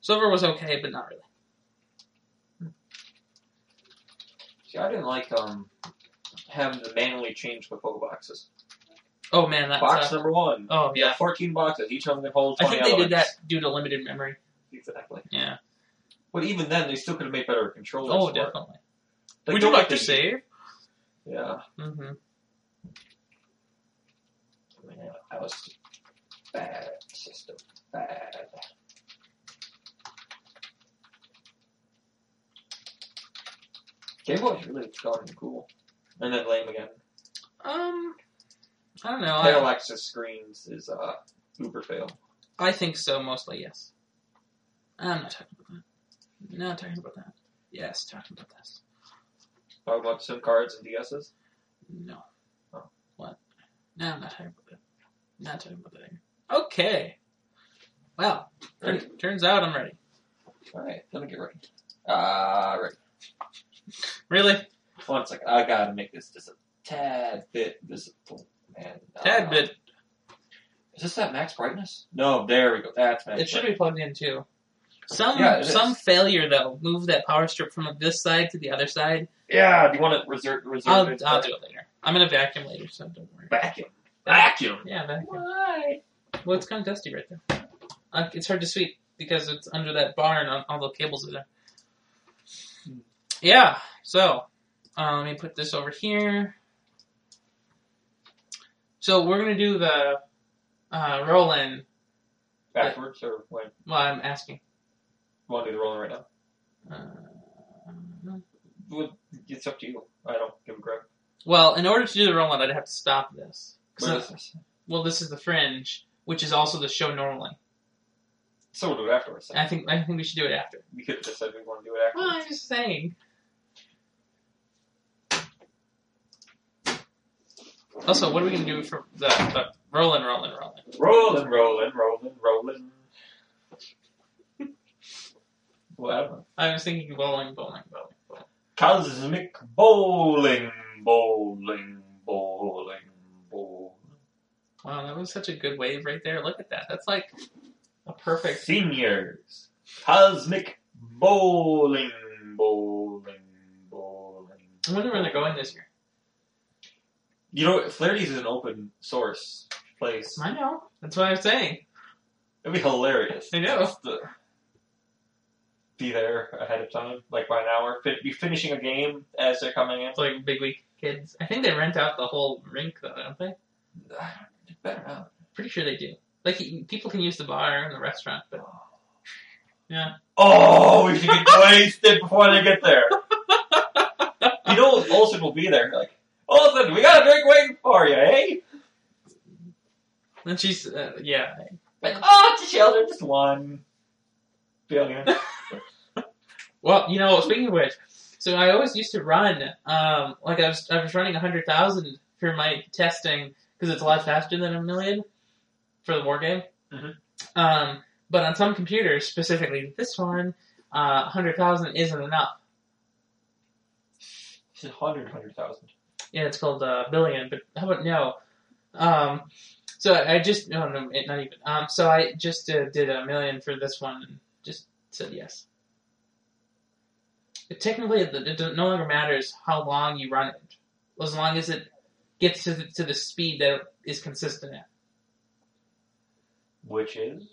Silver was okay, but not really.
See, I didn't like um having to manually change the Pokéboxes.
Oh man, that
Box
sucked.
number one.
Oh
Yeah,
yeah,
fourteen boxes. Each one can hold
I
twenty.
think they did that
elements.
due to limited memory.
exactly.
Yeah.
But even then, they still could have made better controllers.
Oh,
for it.
definitely.
Like,
Would you
don't
like to
think-
save?
Yeah.
Mm-hmm.
Yeah, that was bad system. Bad. Game Boy's really gone cool. And then lame again.
Um, I don't know. I,
Parallaxis screens is uh uber fail.
I think so, mostly yes. I'm not talking about that. Not talking about that. Yes, talking about this.
Talking about SIM cards and DSs.
No.
Oh.
What? No, I'm not talking about that. Not talking about that. here. Okay. Well, tur- turns out I'm ready.
Alright, let me get ready. Uh right.
Really?
One second. I gotta make this just a tad bit visible. And, uh,
Tad bit.
Is this that max brightness? No, there we go. That's max
It should
brightness.
be plugged in too. Some
Yeah, it
some
is.
failure though. Move that power strip from this side to the other side.
Yeah, do you want to reserve reserve
I'll,
it for-
I'll do it later. I'm gonna vacuum later, so don't worry.
Vacuum. Vacuum.
Yeah, vacuum.
Why?
Well, it's kind of dusty right there. Uh, it's hard to sweep because it's under that barn. and all the cables are there. Yeah. So uh, let me put this over here. So we're gonna do the uh, roll-in.
Backwards or when?
Well, I'm asking.
You want to do the rolling right now?
Uh,
Well, It's up to you. I don't give a crap.
well, in order to do the roll-in, I'd have to stop this. 'Cause
What
I-
is this?
well, this is the fringe, which is also the show normally.
So we'll do it afterwards.
I think I think we should do it after.
We could have just said we want to do it
Well,
afterwards.
I'm just saying. Also, what are we gonna do for the, the rolling, rolling, rolling?
Rolling, rolling, rolling, rolling. well, I don't know.
I was thinking bowling, bowling, bowling, bowling.
Cosmic bowling, bowling, bowling, bowling.
Wow, that was such a good wave right there. Look at that. That's like a perfect.
Seniors. Cosmic bowling, bowling, bowling.
I wonder where they're going this year.
You know, Flaherty's is an open source place.
I know. That's what I'm saying.
It'd be hilarious.
I know.
Just to be there ahead of time, like by an hour. Fin- Be finishing a game as they're coming in.
It's like Big Week Kids. I think they rent out the whole rink though, don't they?
Better not.
Pretty sure they do. Like y- people can use the bar and the restaurant, but
Oh, we should get wasted before they get there. You know, Olsen will be there. Like, Olsen, we got a drink waiting for you, eh?
then she's uh, yeah.
Like, oh, it's a shelter, just one. Billion.
Well, you know, speaking of which, so I always used to run, um, like I was, I was running 100,000 for my testing, because it's a lot faster than a million for the war game.
Mhm.
Um, but on some computers, specifically this one, uh, hundred thousand isn't enough.
It's a hundred, hundred thousand.
Yeah, it's called uh, billion. But how about no? Um, so I just no, no, it, not even. Um, so I just uh, did a million for this one. and Just said yes. It, technically, it, it don't- no longer matters how long you run it, as long as it gets to the, to the speed that it is consistent at.
Which is?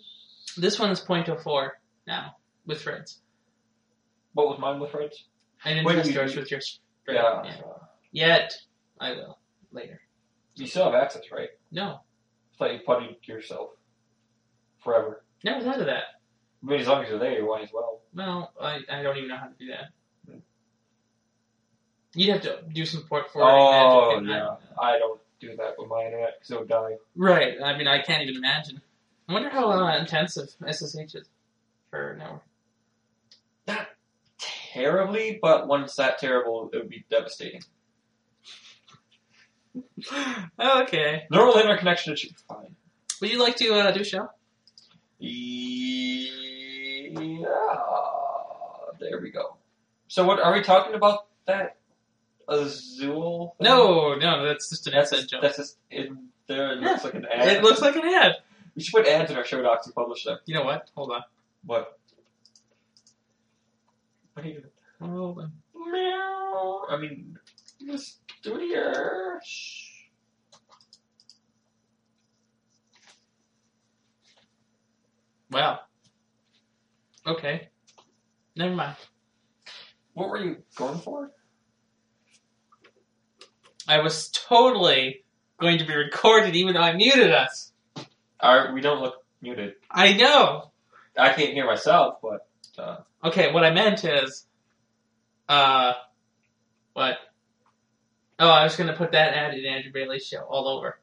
This one is 0.04 now with threads.
What was mine with Reds?
I didn't
Wait,
test
you-
yours with your thread.
Yeah.
yeah. Yet I will later.
You still have access, right?
No,
I thought you putted yourself forever.
never thought of that.
I mean, as long as you're there, you might as well.
Well, I, I don't even know how to do that. You'd have to do some port forwarding
Oh,
magic. and I-
yeah. I don't do that with my internet because it would die.
right. I mean, I can't even imagine. I wonder how uh, intensive SSH is for an hour.
Terribly, but when it's that terrible, it would be devastating.
okay.
Normal internet connection should be fine.
Would you like to uh, do a
Um,
show?
Yeah. There we go. So, what are we talking about that Azul? thing?
No, no, that's just an
That's
inside joke.
That's just in there. It looks like an ad.
it looks like an ad.
we should put ads in our show docs and publish them.
You know what? Hold on.
What? What are you doing?
Hold on.
Meow. I mean, let's do it here. Shh.
Wow. Okay. Never mind.
What were you going for?
I was totally going to be recorded even though I muted us.
Our, we don't look muted.
I know.
I can't hear myself, but uh,
Okay, what I meant is, uh, what? Oh, I was gonna put that ad in Andrew Bailey's show all over.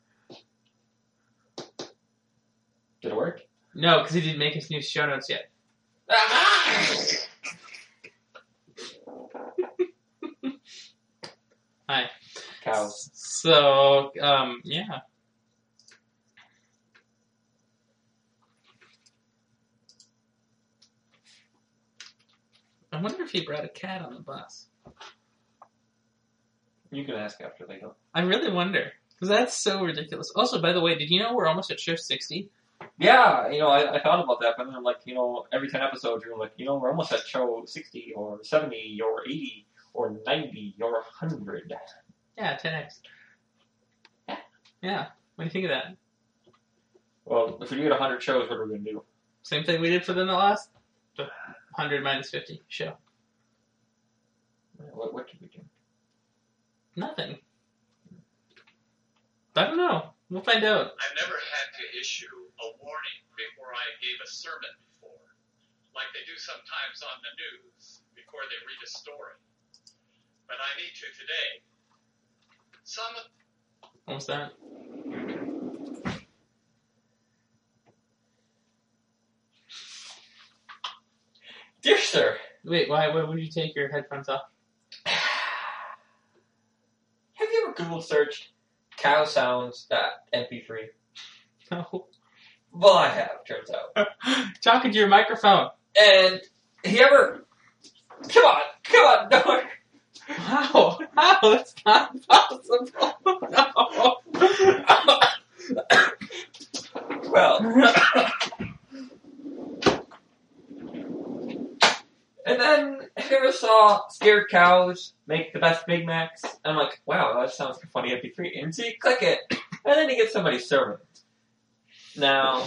did it work?
No, because he didn't make his new show notes yet. Hi.
Cows.
So, um, yeah. I wonder if he brought a cat on the bus.
You can ask after they go.
I really wonder. Because that's so ridiculous. Also, by the way, did you know we're almost at shift 60?
Yeah, you know, I, I thought about that, but then I'm like, you know, every 10 episodes, you're like, you know, we're almost at show 60 or 70 or 80 or 90 or 100.
Yeah, 10x. Yeah. What do you think of that?
Well, if we do 100 shows, what are we going to do?
Same thing we did for the last 100 minus 50 show.
What, what did we do?
Nothing. I don't know. We'll find out.
I've never had to issue a warning before I gave a sermon before, like they do sometimes on the news before they read a story. But I need to today. Some of
Almost done.
Dear sir,
Wait, why, why would you take your headphones off?
have you ever Google searched cow sounds.mp3?
No.
Well, I have, turns out.
Talk into your microphone.
And have you ever. Come on, come on, no.
How? How? That's not possible. No.
Well, And then have you ever saw scared cows make the best Big Macs? I'm like, wow, that sounds like a funny MP3. And so you click it, and then you get somebody's sermon. Now,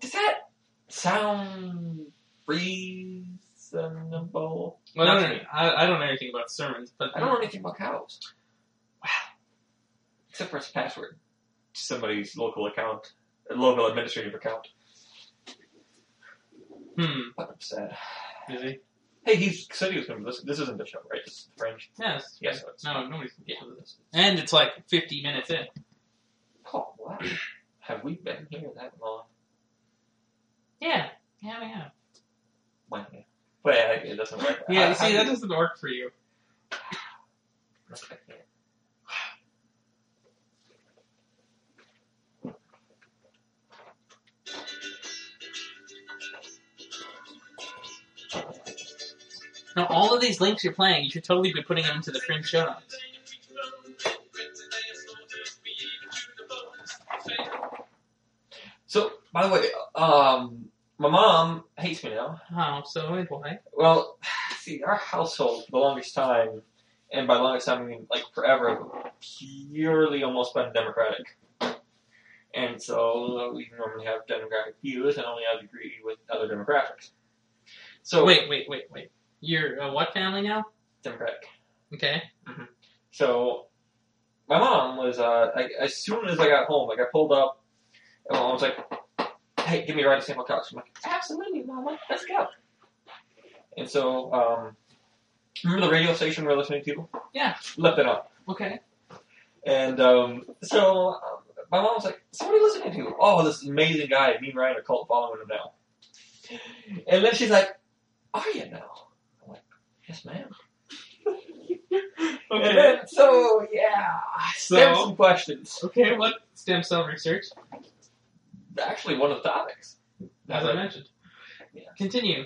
does that sound reasonable?
well, I, don't know, I, I don't know anything about sermons, but
I don't know anything about cows. Wow. Except for its password. Somebody's local account, local administrative account.
Hmm.
But I'm sad.
Is he?
Hey, he said he was going to listen. This isn't the show, right? This is the French.
Yes.
Yes, it's
No, nobody's.
Yeah.
And it's like 50 minutes in.
Oh, wow. Have we been here that long?
Yeah. Yeah, we have.
Well, yeah. But yeah, it doesn't work.
Yeah,
I-
you see,
I-
that doesn't work for you. Now, all of these links you're playing, you should totally be putting them into the fringe show notes.
So, by the way, um, my mom hates me now.
Oh, so wait, why?
Well, see, our household, the longest time, and by longest time I mean like forever, purely almost been democratic. And so we normally have democratic views and only have agree with other demographics. So
Wait, wait, wait, wait. You're a what family now?
democratic.
Okay.
So my mom was uh, I, as soon as I got home, like I pulled up, and my mom was like, "Hey, give me a ride to Sample Couch." I'm like, "Absolutely, mama, let's go." And so, um, remember the radio station we were listening to?
Yeah.
left it on.
Okay.
And um, so um, my mom was like, "So what are you listening to? Oh, this amazing guy. Me and Ryan are cult following him now." And then she's like, "Are you now?" I'm like, "Yes, ma'am." And
Okay.
then, so yeah,
So-
there's some questions.
Okay, what stem cell research?
Actually, one of the topics.
As I
Like,
mentioned.
Yeah.
Continue.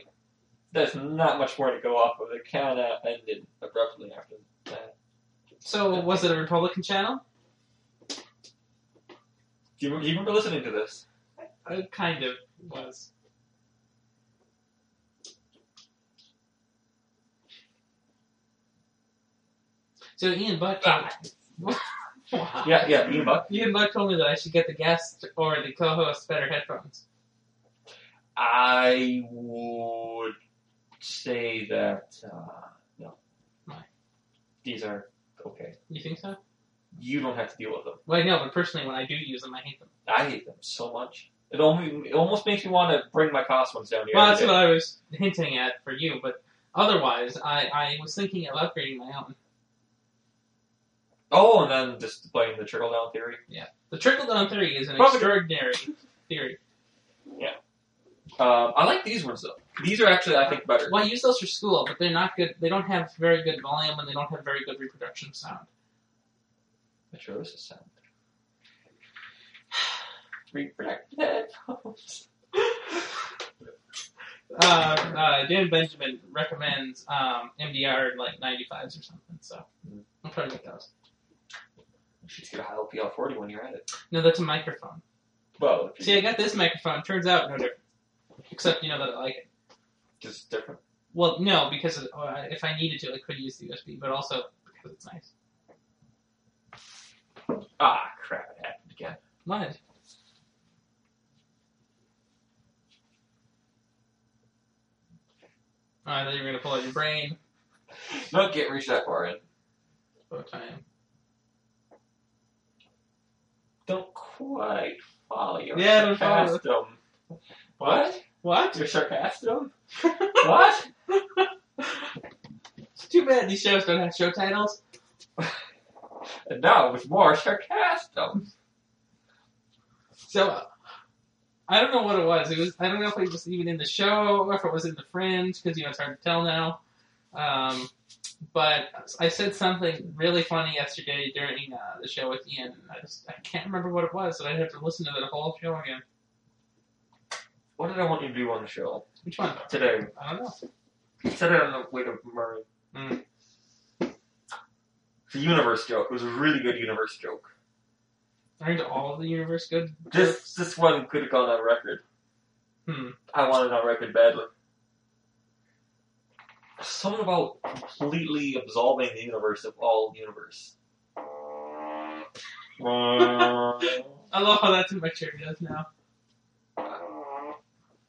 there's not much more to go off of. It kind of ended abruptly after that.
So, was it a Republican channel?
Do you, do you remember listening to this?
Uh, kind of was. So Ian Buck. Wow.
Yeah, yeah, Ian Buck.
Ian Buck told me that I should get the guest or the co-host better headphones.
I would say that uh, no.
Why?
These are okay.
You think so?
You don't have to deal with them.
Well, I know, but personally, when I do use them, I hate them.
I hate them so much. It only it almost makes me want to bring my costumes down here.
Well, that's what I was hinting at for you, but otherwise, I, I was thinking of upgrading my own.
oh, and then just playing the trickle down theory.
The trickle down theory is an
Probably-
extraordinary theory.
Um, I like these ones though. These are actually I think better.
Well, I use those for school, but they're not good. They don't have very good volume, and they don't have very good reproduction of sound.
Atrocious sound. Reproductive headphones.
Uh, uh, Dan Benjamin recommends um, MDR like 95s or something, so I'll try to get those.
You should get a high LPL forty when you're at it.
No, that's a microphone.
Well, if
See, I
you-
got this microphone. Turns out no different, except you know that I like it.
just different.
Well, no, because uh, if I needed to, I could use the USB, but also because it's nice.
Ah, crap! It happened again.
What? Oh, I thought you were gonna pull out your brain.
Not get reach that far in.
What time?
Don't quite follow your
Yeah, I don't follow.
sarcasm. What?
What?
Your sarcasm?
it's
What?
too bad these shows don't have show titles.
and now with more sarcasm.
So uh, I don't know what it was. It was I don't know if it was even in the show or if it was in the fringe because you know it's hard to tell now. Um, but I said something really funny yesterday during uh, the show with Ian. And I just I can't remember what it was, so I'd have to listen to the whole show again.
What did I want you to do on the show
Which one?
today?
I don't know.
Today on the way to Murray.
Mm.
Hmm. It's a universe joke. It was a really good universe joke.
Aren't all of the universe good?
This this one could have gone on record.
Hmm.
I want it on record badly. Something about completely absolving the universe of all universe. oh,
I love how that's in my trivias now.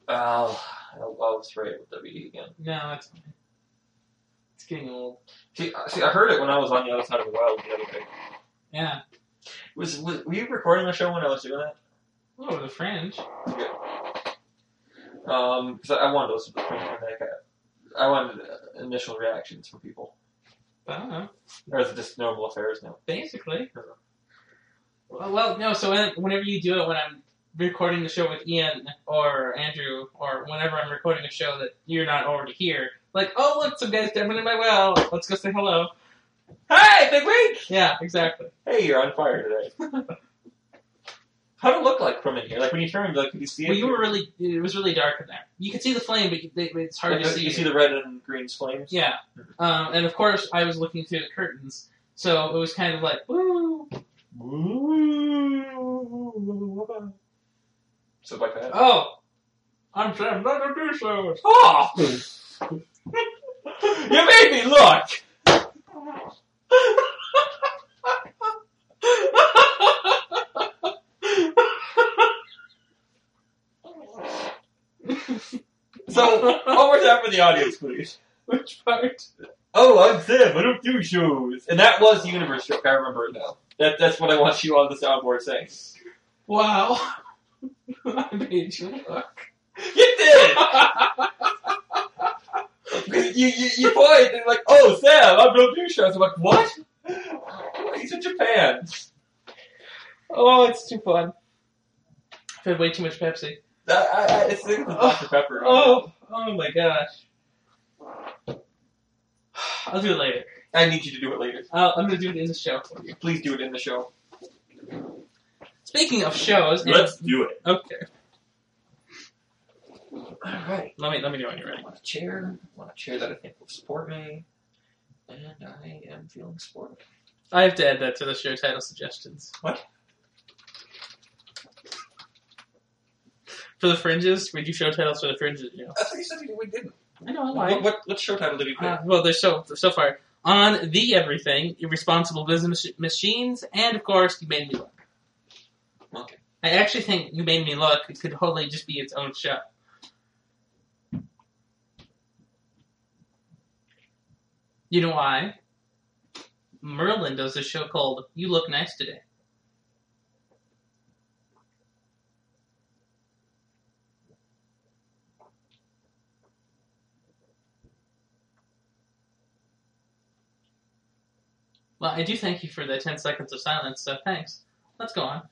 I was right with WD again.
No, it's fine. It's getting old.
See, uh, see, I heard it when I was on the other side of the wild the other day.
Yeah.
Was, was were you recording the show when I was doing that?
Oh, the fringe.
Um, because I, I wanted to listen to the thing and I got, I wanted uh, initial reactions from people,
I don't know.
or is it just normal affairs now?
Basically. Well, well, no. So when, whenever you do it, when I'm recording the show with Ian or Andrew, or whenever I'm recording a show that you're not already here, like, oh look, some guys jumping in my well. Let's go say hello.
Hey, big week!
Yeah, exactly.
Hey, you're on fire today. How would it look like from in here? Like when you turn, like could you see it?
Well, you were really. It was really dark in there. You could see the flame, but you, they, it's hard
Like,
to
uh,
see.
You see the red and green flames.
Yeah. Um, and of course, I was looking through the curtains, so it was kind of like, woo.
Stuff like that.
Oh, I'm trying not to do so.
Oh! you made me look. So one more time for the audience, please.
Which part?
Oh, I'm Zeb. I don't do shows. And that was Universe Joke. I remember it now. That that's what I want you on the soundboard saying.
Wow. I made you look.
You did. Because you, you, you point and like, oh, Sam, I'm going do shows. I'm like, what? He's in Japan.
oh, it's too fun. I've had way too much Pepsi.
That, I, I, it's the Dr. Pepper.
Oh, oh my gosh. I'll do it later.
I need you to do it later.
I'll, I'm gonna do it in the show for you.
Please do it in the show.
Speaking of shows, and-
do it.
okay.
All right.
Let me let me know when you're
I
ready.
want a chair. I want a chair that I think will support me. And I am feeling supported.
I have to add that to the show title suggestions.
What?
For the fringes, we do show titles for the fringes. You know.
That's what you said we didn't.
I know. I
What, what, what show title did we pick?
Uh, well, there's so so far on the everything, irresponsible business machines, and of course, you made me look.
Okay.
I actually think you made me look. It could totally just be its own show. You know why? Merlin does a show called "You Look Nice Today." Well, I do thank you for the 10 seconds of silence, so thanks. Let's go on.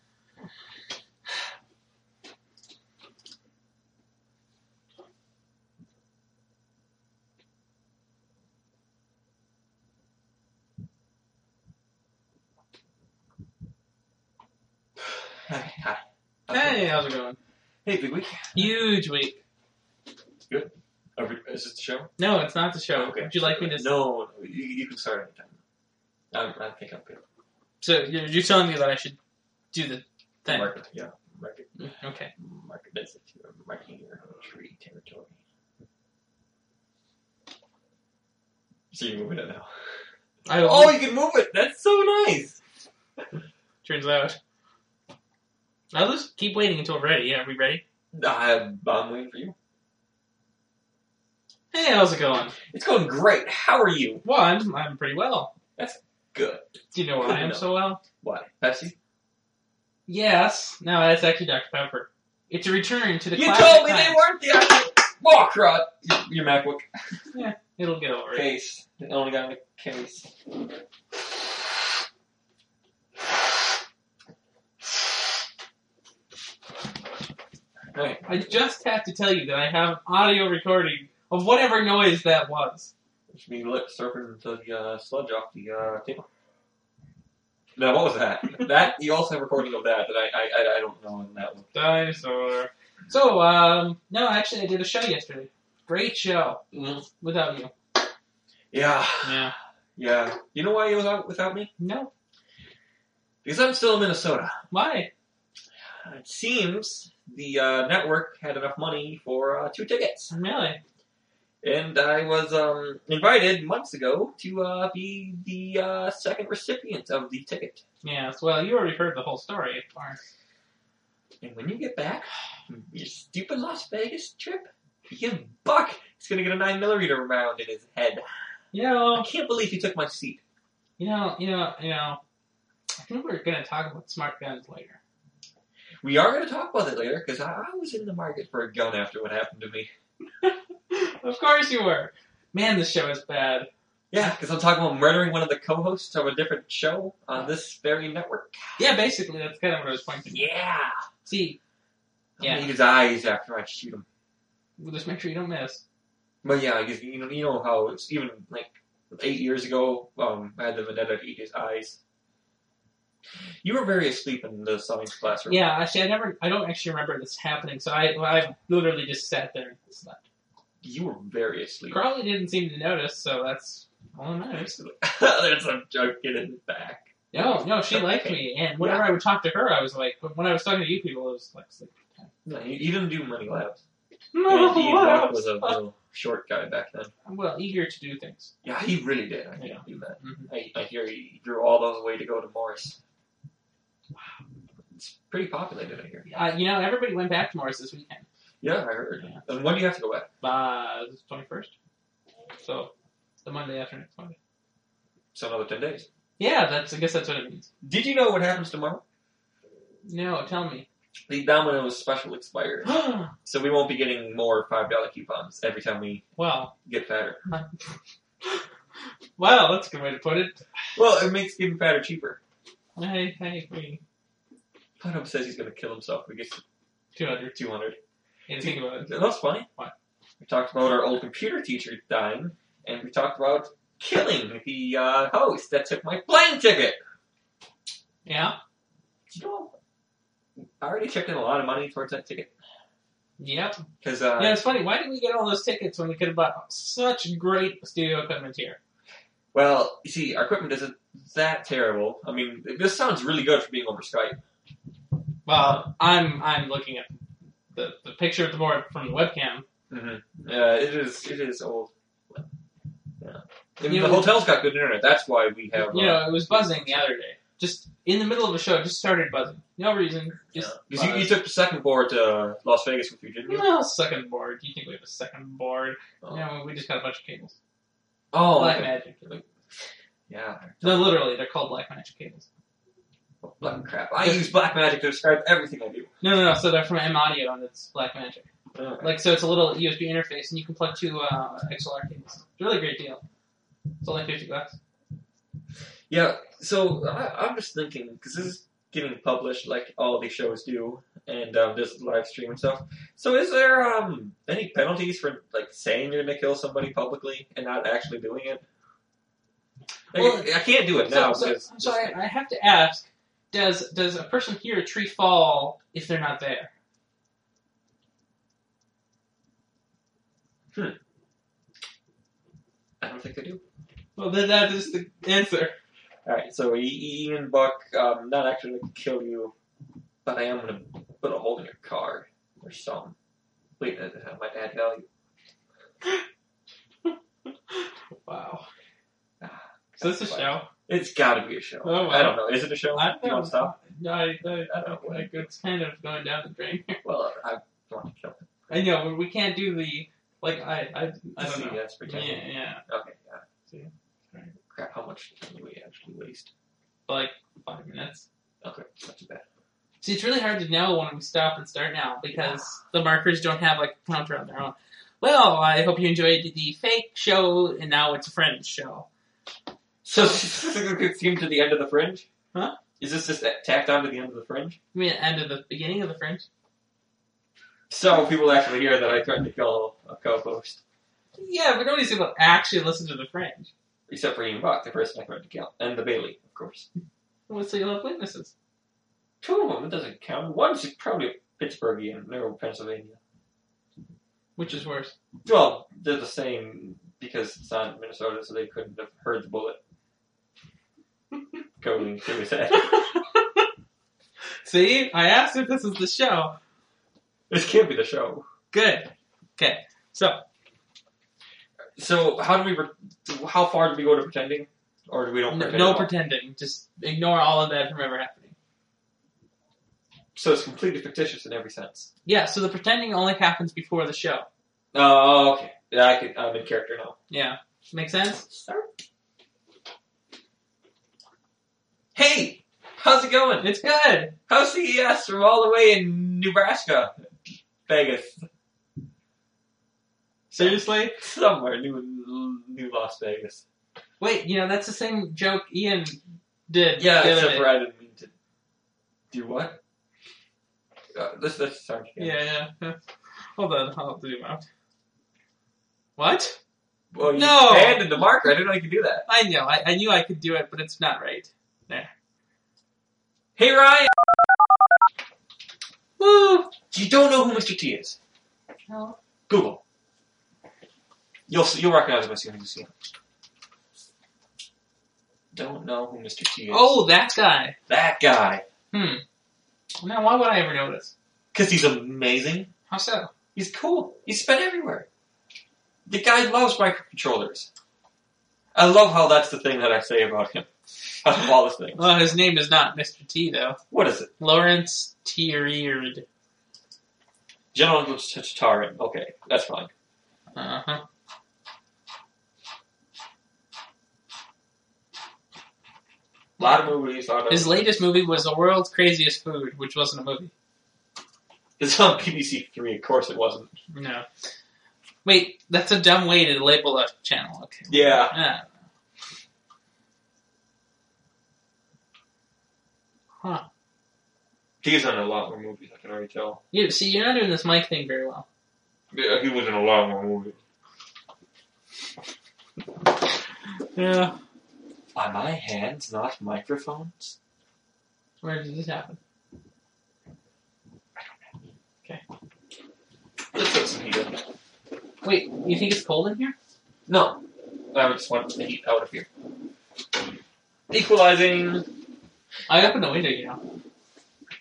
Hi. Hi.
Hey,
uh,
how's it going?
Hey, big week.
Huge week.
Are we, is this the show?
No, it's not the show. Would you like me to?
No, no, you, you can start anytime. I, I think I'm good.
So you're, you're telling me that I should do the thing?
Market, yeah, market,
Okay.
market. That's it. Marking your tree territory. So you're moving it now.
I will.
Oh, you can move it. That's so nice.
Turns out. I'll just keep waiting until we're ready. Yeah, are we ready?
I'm, I'm waiting for you.
Hey, how's it going?
It's going great. How are you?
Well, I'm, I'm pretty well.
Good.
Do you know why
Good
I'm
enough.
so well?
What? Pepsi?
Yes. No, that's actually Dr. Pepper. It's a return to the
You
classic
told me they
times.
weren't the actual. Oh, crud. Your, your MacBook
It'll get over it.
case. It only got in the case. Right.
I just have to tell you that I have an audio recording of whatever noise that was.
Which means lip surfing the uh, sludge off the uh, table. Now, what was that? that you also have a recording of that that I I, I, I don't know in that one.
Dinosaur. So, um, no, actually, I did a show yesterday. Great show
Mm.
without you.
Yeah,
Yeah.
yeah. You know why he was out without me?
No.
Because I'm still in Minnesota.
Why?
It seems the uh, network had enough money for uh, two tickets,
Really?
and I was um, invited months ago to uh, be the uh, second recipient of the ticket.
Yes. Well, you already heard the whole story, of course.
And when you get back from your stupid Las Vegas trip, you buck is gonna get a nine millimeter round in his head.
You
I
know,
can't believe he took my seat.
you know, you know, you know. I think we're gonna talk about smart guns later.
We are gonna talk about that later because I, I was in the market for a gun after what happened to me.
of course you were. Man, this show is bad.
Yeah, because I'm talking about murdering one of the co-hosts of a different show on this very network.
Yeah, basically, that's kind of what I was pointing. at.
Yeah,
See,
I'm
Yeah.
gonna eat his eyes after I shoot him.
well, just make sure you don't miss.
But yeah, I guess you know you know how it's even like eight years ago. Um, I had the vendetta to eat his eyes. You were very asleep in the science classroom.
Yeah, actually, I never, I don't actually remember this happening. So I, well, I literally just sat there and slept.
You were very asleep.
Carly didn't seem to notice, so that's all that matters.
There's a joke in the back.
No, no, she liked me, and whenever I would talk to her, I was like, but when I was talking to you people, it was like, sleep.
No, you, you didn't do money labs.
No,
yeah, Ian
what
Buck
else?
was a little short guy back then.
I'm well eager to do things.
Yeah, Mm-hmm. he really did. I can't
Yeah.
do that.
Mhm.
I, I hear he drew all those way to go to Morris. Wow, it's pretty populated. I hear.
Uh, you know, everybody went back to Morris this weekend.
Yeah, I heard.
Yeah.
And when do you have to go back?
Uh, the twenty first. So, the Monday after next Monday.
So another ten days.
Yeah, that's. I guess that's what it means.
Did you know what happens tomorrow?
No, tell me.
The Domino's special expires, so we won't be getting more five dollar coupons every time we
well,
get fatter.
well, that's a good way to put it.
Well, it makes getting fatter cheaper.
I, I agree.
Putnam says he's gonna kill himself. We get
Two hundred.
two hundred.
And think about it.
That's funny.
What?
We talked about our old computer teacher dying, and we talked about killing the uh, host that took my plane ticket.
Yeah.
You know, I already checked in a lot of money towards that ticket
Yep.
because uh,
yeah, it's funny. Why did we get all those tickets when we could have bought such great studio equipment here?
well, you see, our equipment isn't that terrible. I mean, this sounds really good for being over Skype.
Well, I'm I'm looking at the, the picture of the board from the webcam.
Mm-hmm. Uh, it is. It is old. Yeah. I mean,
You
the
know-
hotel's got good internet. That's why we have.
You
uh,
know, it was buzzing the other day. Just in the middle of a show, it just started buzzing. No reason. Just
Because you, you took the second board to uh, Las Vegas with you, didn't you?
no second board. You think we have a second board?
Oh.
No, we just got a bunch of cables.
Oh,
black
okay.
magic.
yeah.
No, literally, they're called black magic cables.
Black Oh, crap. I use black magic to describe everything I do.
No, no, no. So they're from M Audio, and it's black magic.
Alright.
Like, so it's a little USB interface, and you can plug two uh, XLR cables. It's a really great deal. It's only fifty bucks.
Yeah, so I, I'm just thinking, because this is getting published like all these shows do, and um, this live stream and stuff. So is there um any penalties for like saying you're going to kill somebody publicly and not actually doing it? Like,
Well,
I can't do it now.
so, so,
'cause-
I'm sorry. I have to ask: Does does a person hear a tree fall if they're not there?
I don't think I do.
Well, then that is the answer.
All right, so I- Ian Buck, um, not actually going to kill you, but I am going to put a hole in your car or something. Wait, uh, that that might add value.
Wow.
Ah,
So it's a
But-
show.
It's got to be a show.
Oh, wow.
I don't know. Is it a show?
I don't
Do you want to stop?
No, I, I, I
don't
don't
like
like it's kind of going down the drain.
Well, I want to kill. him.
I know but we can't do the like. I I, I
Just
don't
see,
know.
That's
Yeah,
pretend.
yeah.
Okay. Yeah.
See? Alright.
Crap! How much time do we actually waste?
Like five minutes.
Okay, it's not too bad.
See, it's really hard to know when we stop and start now because the markers don't have like a counter on their own. Well, I hope you enjoyed the fake show, and now it's a friend's show.
So this is a good theme to the end of the fringe.
Huh?
Is this just tacked on to the end of the fringe?
I mean, end of the beginning of the fringe.
So people actually hear that I threatened to kill a co-host,
Yeah, but nobody's gonna actually listen to the fringe.
except for Ian Buck, the person I threatened to kill, and the Bailey, of course.
Well, so you'll have witnesses.
Two of them. It doesn't count. One's probably a Pittsburghian, no Pennsylvania.
Which is worse?
Well, they're the same because it's not in Minnesota, so they couldn't have heard the bullet going through his head.
See, I asked if this is the show.
This can't be the show.
Good. Okay. So
So, how do we? Re- how far do we go to pretending, or do we don't
n-
pretend?
no
at all?
pretending. Just ignore all of that from ever happening.
so it's completely fictitious in every sense.
Yeah. So the pretending only happens before the show.
Oh, okay. Yeah, I could, I'm in character now.
Yeah. Make sense?
Hey, how's it going?
It's good.
How's CES from all the way in Nebraska, Vegas,
Seriously?
somewhere new, new Las Vegas?
Wait. You know that's the same joke Ian did.
Yeah,
the other
except
day.
for I didn't mean to do what. Uh, let's let's start again.
Yeah. Yeah. Hold on. I'll have to zoom out. What?
Well, you
No.
abandoned the marker. I didn't know you could do that.
I know. I, I knew I could do it, but it's not right. There.
Hey, Ryan!
Woo!
You don't know who Mr. T is.
No.
Google. You'll see, you'll recognize him as soon as you see him. Don't know who Mr. T is.
Oh, that guy.
that guy.
Hmm. Now, why would I ever know this?
Because he's amazing.
How so?
He's cool. He's spent everywhere. The guy loves microcontrollers. I love how that's the thing that I say about him. Out of all the things.
Well, his name is not Mr. T, though.
What is it?
Lawrence Tiered.
General Tatarin. Okay, that's fine.
Uh huh.
A lot of movies out of
His latest movie was The World's Craziest Food, which wasn't a movie.
It's on BBC Three, of course it wasn't.
No. Wait, that's a dumb way to label a channel. Okay.
Yeah.
Ah. Huh.
He's in a lot more movies, I can already tell.
You see, you're not doing this mic thing very well.
Yeah, he was in a lot more movies.
Yeah.
Are my hands not microphones?
Where did this happen?
Let's put some heat up.
Wait, you think it's cold in here?
No. I would just want the heat out of here. Equalizing.
I opened the window, you know.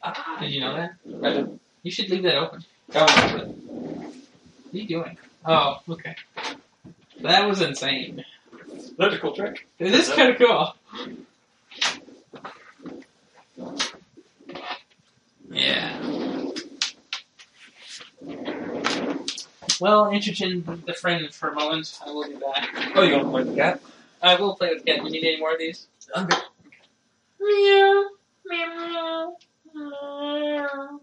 Ah,
Did you know that?
I
You should leave that open.
don't remember
What are you doing? Oh, okay. That was insane.
that. That's a cool trick.
This is kind of cool. Yeah. Well, Introgen, the friend for Mullins, I will be back.
Oh, you want to play the cat?
I will play with Cat. You need any more of these?
I'm good.
Meow, meow, meow,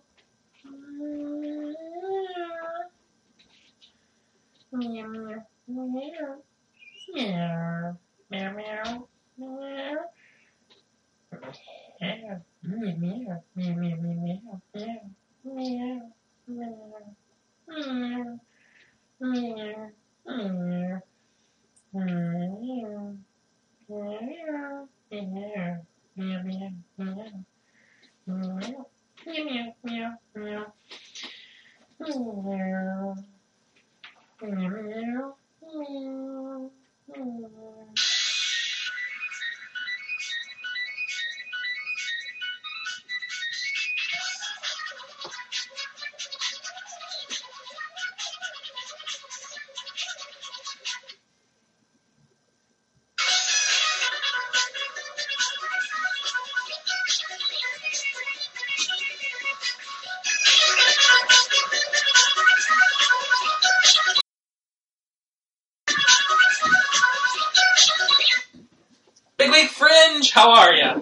Big Week Fringe, how are ya?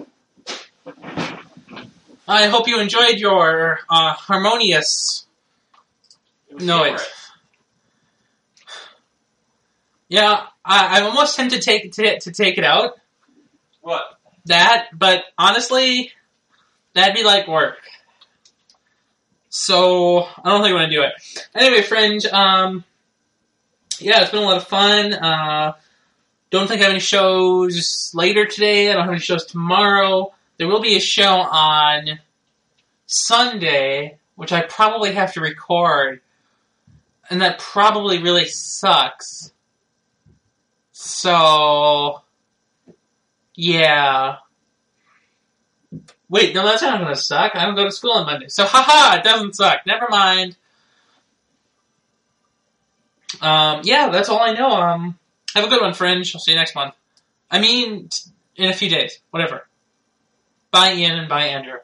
I hope you enjoyed your uh, harmonious noise. Yeah, I, I almost tend to take to, to take it out
What?
that, but honestly, that'd be like work. So I don't think I want to do it. Anyway, Fringe. Um, yeah, it's been a lot of fun. Uh, don't think I have any shows later today. I don't have any shows tomorrow. There will be a show on Sunday, which I probably have to record, and that probably really sucks. So, yeah. Wait, no, that's not gonna suck. I don't go to school on Monday. So, haha, it doesn't suck. Never mind. Um, yeah, that's all I know. Um, have a good one, Fringe. I'll see you next month. I mean, t- in a few days. Whatever. Bye, Ian, and bye, Andrew.